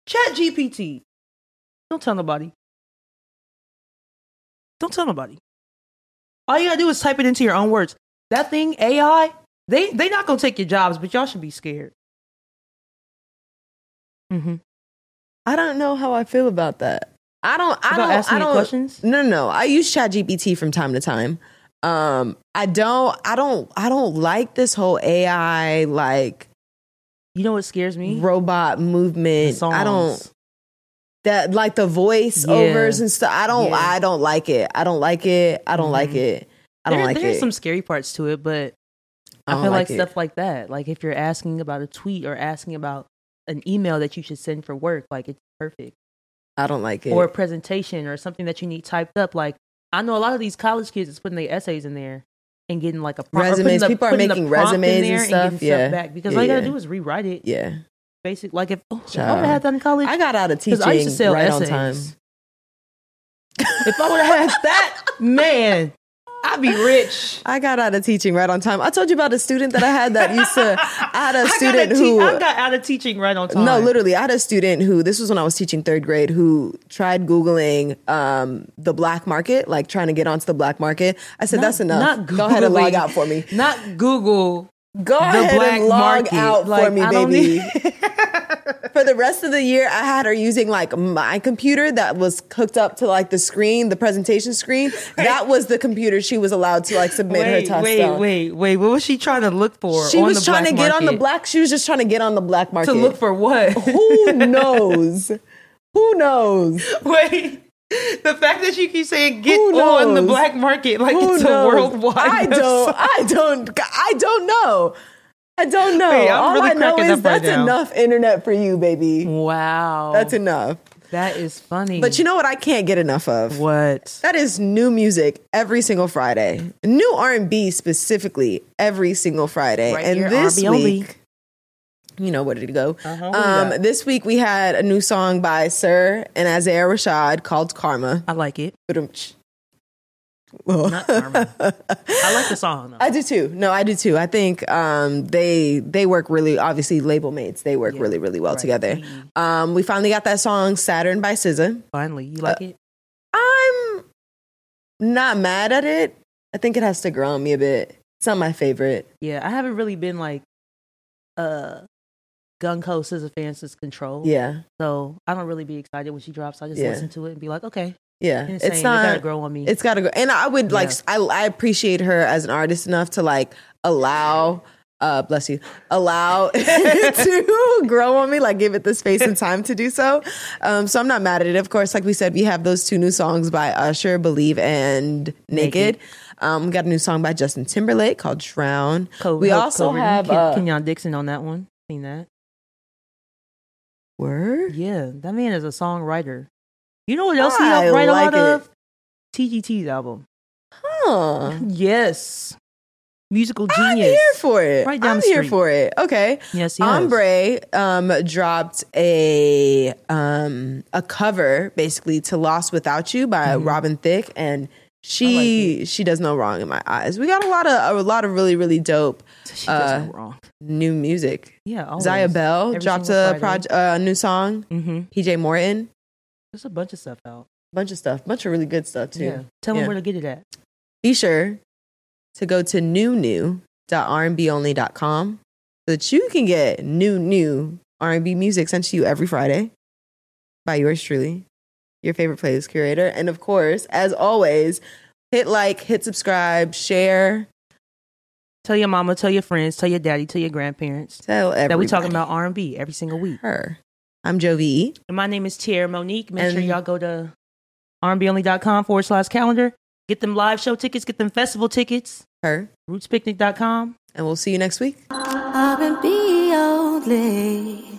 S3: Chat GPT. Don't tell nobody. Don't tell nobody. All you gotta do is type it into your own words. That thing, AI, they they not gonna take your jobs, but y'all should be scared. Mm-hmm.
S2: I don't know how I feel about that. I don't. I
S3: About
S2: don't. I
S3: asking it
S2: don't.
S3: questions?
S2: No, no, no. I use ChatGPT from time to time. Um, I don't. I don't. I don't like this whole AI like
S3: You know what scares me?
S2: robot
S3: The
S2: movement. I don't.
S3: songs.
S2: that like the voiceovers
S3: Yeah.
S2: and stuff. I don't
S3: Yeah. Mm-hmm.
S2: I don't like it. I don't like it. I don't like it. I don't
S3: There-
S2: like
S3: There's
S2: it.
S3: some scary parts to it, but I,
S2: don't
S3: feel like,
S2: it.
S3: stuff like that. Like if you're asking about a tweet or asking about an email that you should send for work, like it's perfect.
S2: I don't like it.
S3: Or a presentation or something that you need typed up. Like I know a lot of these college kids is putting their essays in there and getting like a prompt- or putting
S2: Resumes.
S3: the-
S2: People are
S3: putting the
S2: making
S3: prompt in
S2: resumes and
S3: there
S2: stuff.
S3: getting
S2: Yeah.
S3: back because
S2: Yeah,
S3: all you gotta
S2: yeah.
S3: do is rewrite it.
S2: yeah.
S3: Basic. Like if oh, if I
S2: Child.
S3: would have had that in college,
S2: I got out of teaching
S3: because I used to sell
S2: right
S3: essays.
S2: on time.
S3: if I would have had that, man, I'd be rich.
S2: I got out of teaching right on time. I told you about a student that I had that used to I had
S3: I
S2: a
S3: got
S2: student
S3: a te-
S2: who
S3: I got out of teaching right on time.
S2: No, literally, I had a student who this was when I was teaching third grade who tried googling um, the black market, like trying to get onto the black market. I said, "That's enough.
S3: Not
S2: Go ahead and log
S3: Googling-
S2: out for me.
S3: Not Google
S2: Go ahead and log out for
S3: Like,
S2: me,
S3: I don't
S2: baby."
S3: need-
S2: for the rest of the year, I had her using like my computer that was hooked up to like the screen, the presentation screen. That was the computer she was allowed to like submit her
S3: wait,
S2: test
S3: wait,
S2: on.
S3: wait, wait. What was she trying to look for?
S2: She
S3: on
S2: was
S3: the
S2: trying to
S3: black
S2: get on the
S3: market?
S2: black. She was just trying to get on the black market.
S3: to look for what?
S2: Who knows? Who knows?
S3: wait. The fact that you keep saying get
S2: Who
S3: on the
S2: knows?
S3: black market like
S2: Who
S3: it's a
S2: knows?
S3: worldwide.
S2: I don't. I don't. I don't know. I don't know.
S3: Wait, I'm
S2: All
S3: really
S2: I know
S3: cracking
S2: is
S3: up right
S2: that's
S3: now.
S2: enough internet for you, baby.
S3: Wow,
S2: That's enough.
S3: that is funny.
S2: But you know what? I can't get enough of.
S3: what?
S2: That is new music every single Friday. New R and B specifically every single Friday.
S3: Right
S2: and
S3: here,
S2: this
S3: RBOB.
S2: week, you know where did it go?
S3: Uh-huh, who we
S2: um,
S3: got?
S2: this week we had a new song by Sir and Isaiah Rashad called Karma.
S3: I like it.
S2: Ba-dum-tsh.
S3: Not karma. I like the song. Though.
S2: I do too. No, I do too. I think um, they they work really obviously label mates. They work
S3: Yeah,
S2: really really well
S3: right.
S2: together.
S3: Mhm.
S2: Um, we finally got that song Saturn by SZA.
S3: Finally, you
S2: Uh,
S3: like it?
S2: I'm not mad at it. I think it has to grow on me a bit. It's not my favorite.
S3: Yeah, I haven't really been like uh gung ho SZA fan since Control.
S2: Yeah,
S3: So I don't really be excited when she drops. I just
S2: Yeah.
S3: listen to it and be like, okay,
S2: yeah.
S3: insane.
S2: It's
S3: it gotta
S2: not.
S3: grow on me.
S2: It's gotta go. And I would like.
S3: Yeah.
S2: I I appreciate her as an artist enough to like allow. Uh, bless you. Allow it to grow on me, like give it the space and time to do so. Um, so I'm not mad at it. Of course, like we said, we have those two new songs by Usher, "Believe" and "Naked."
S3: Naked.
S2: Um, we got a new song by Justin Timberlake called "Drown."
S3: Co-
S2: we
S3: help
S2: also
S3: co-written.
S2: have
S3: Ken-
S2: uh,
S3: Kenyon Dixon on that one. Seen that?
S2: word.
S3: Yeah, that man is a songwriter. You know what else he
S2: I
S3: helped write
S2: like
S3: a lot
S2: it.
S3: of? TGT's album.
S2: Huh.
S3: Yes, musical
S2: I'm
S3: genius.
S2: here for it.
S3: Right down
S2: I'm
S3: the
S2: here
S3: street.
S2: for it. Okay.
S3: Yes, yes.
S2: Ombre um, dropped a um, a cover basically to "Lost Without You" by
S3: Mm-hmm.
S2: Robin Thicke, and she she does no wrong in my eyes. We got a lot of a lot of really really dope
S3: She does
S2: uh,
S3: no wrong.
S2: new music.
S3: Yeah, always.
S2: Zaya Bell
S3: Every
S2: dropped
S3: single
S2: a
S3: Friday.
S2: proj- uh, new song.
S3: Mhm.
S2: PJ Morton,
S3: There's a bunch of stuff out.
S2: bunch of stuff, bunch of really good stuff too.
S3: Yeah. Tell
S2: Yeah.
S3: him where to get it at.
S2: Be sure to go to new new www.rnbonly.com so that you can get new, new R&B music sent to you every Friday by yours truly, your favorite playlist curator. And of course, as always, hit like, hit subscribe, share,
S3: Tell your mama, tell your friends, tell your daddy, tell your grandparents
S2: tell everybody.
S3: that we talking about R and B every single week.
S2: her. I'm Jovi. E,
S3: And my name is Tierra Monique. Make sure
S2: And-
S3: y'all go to rnbonly.com forward slash calendar. Get them live show tickets, get them festival tickets,
S2: Her.
S3: rootspicnic.com.
S2: And we'll see you next week.
S4: R&B only.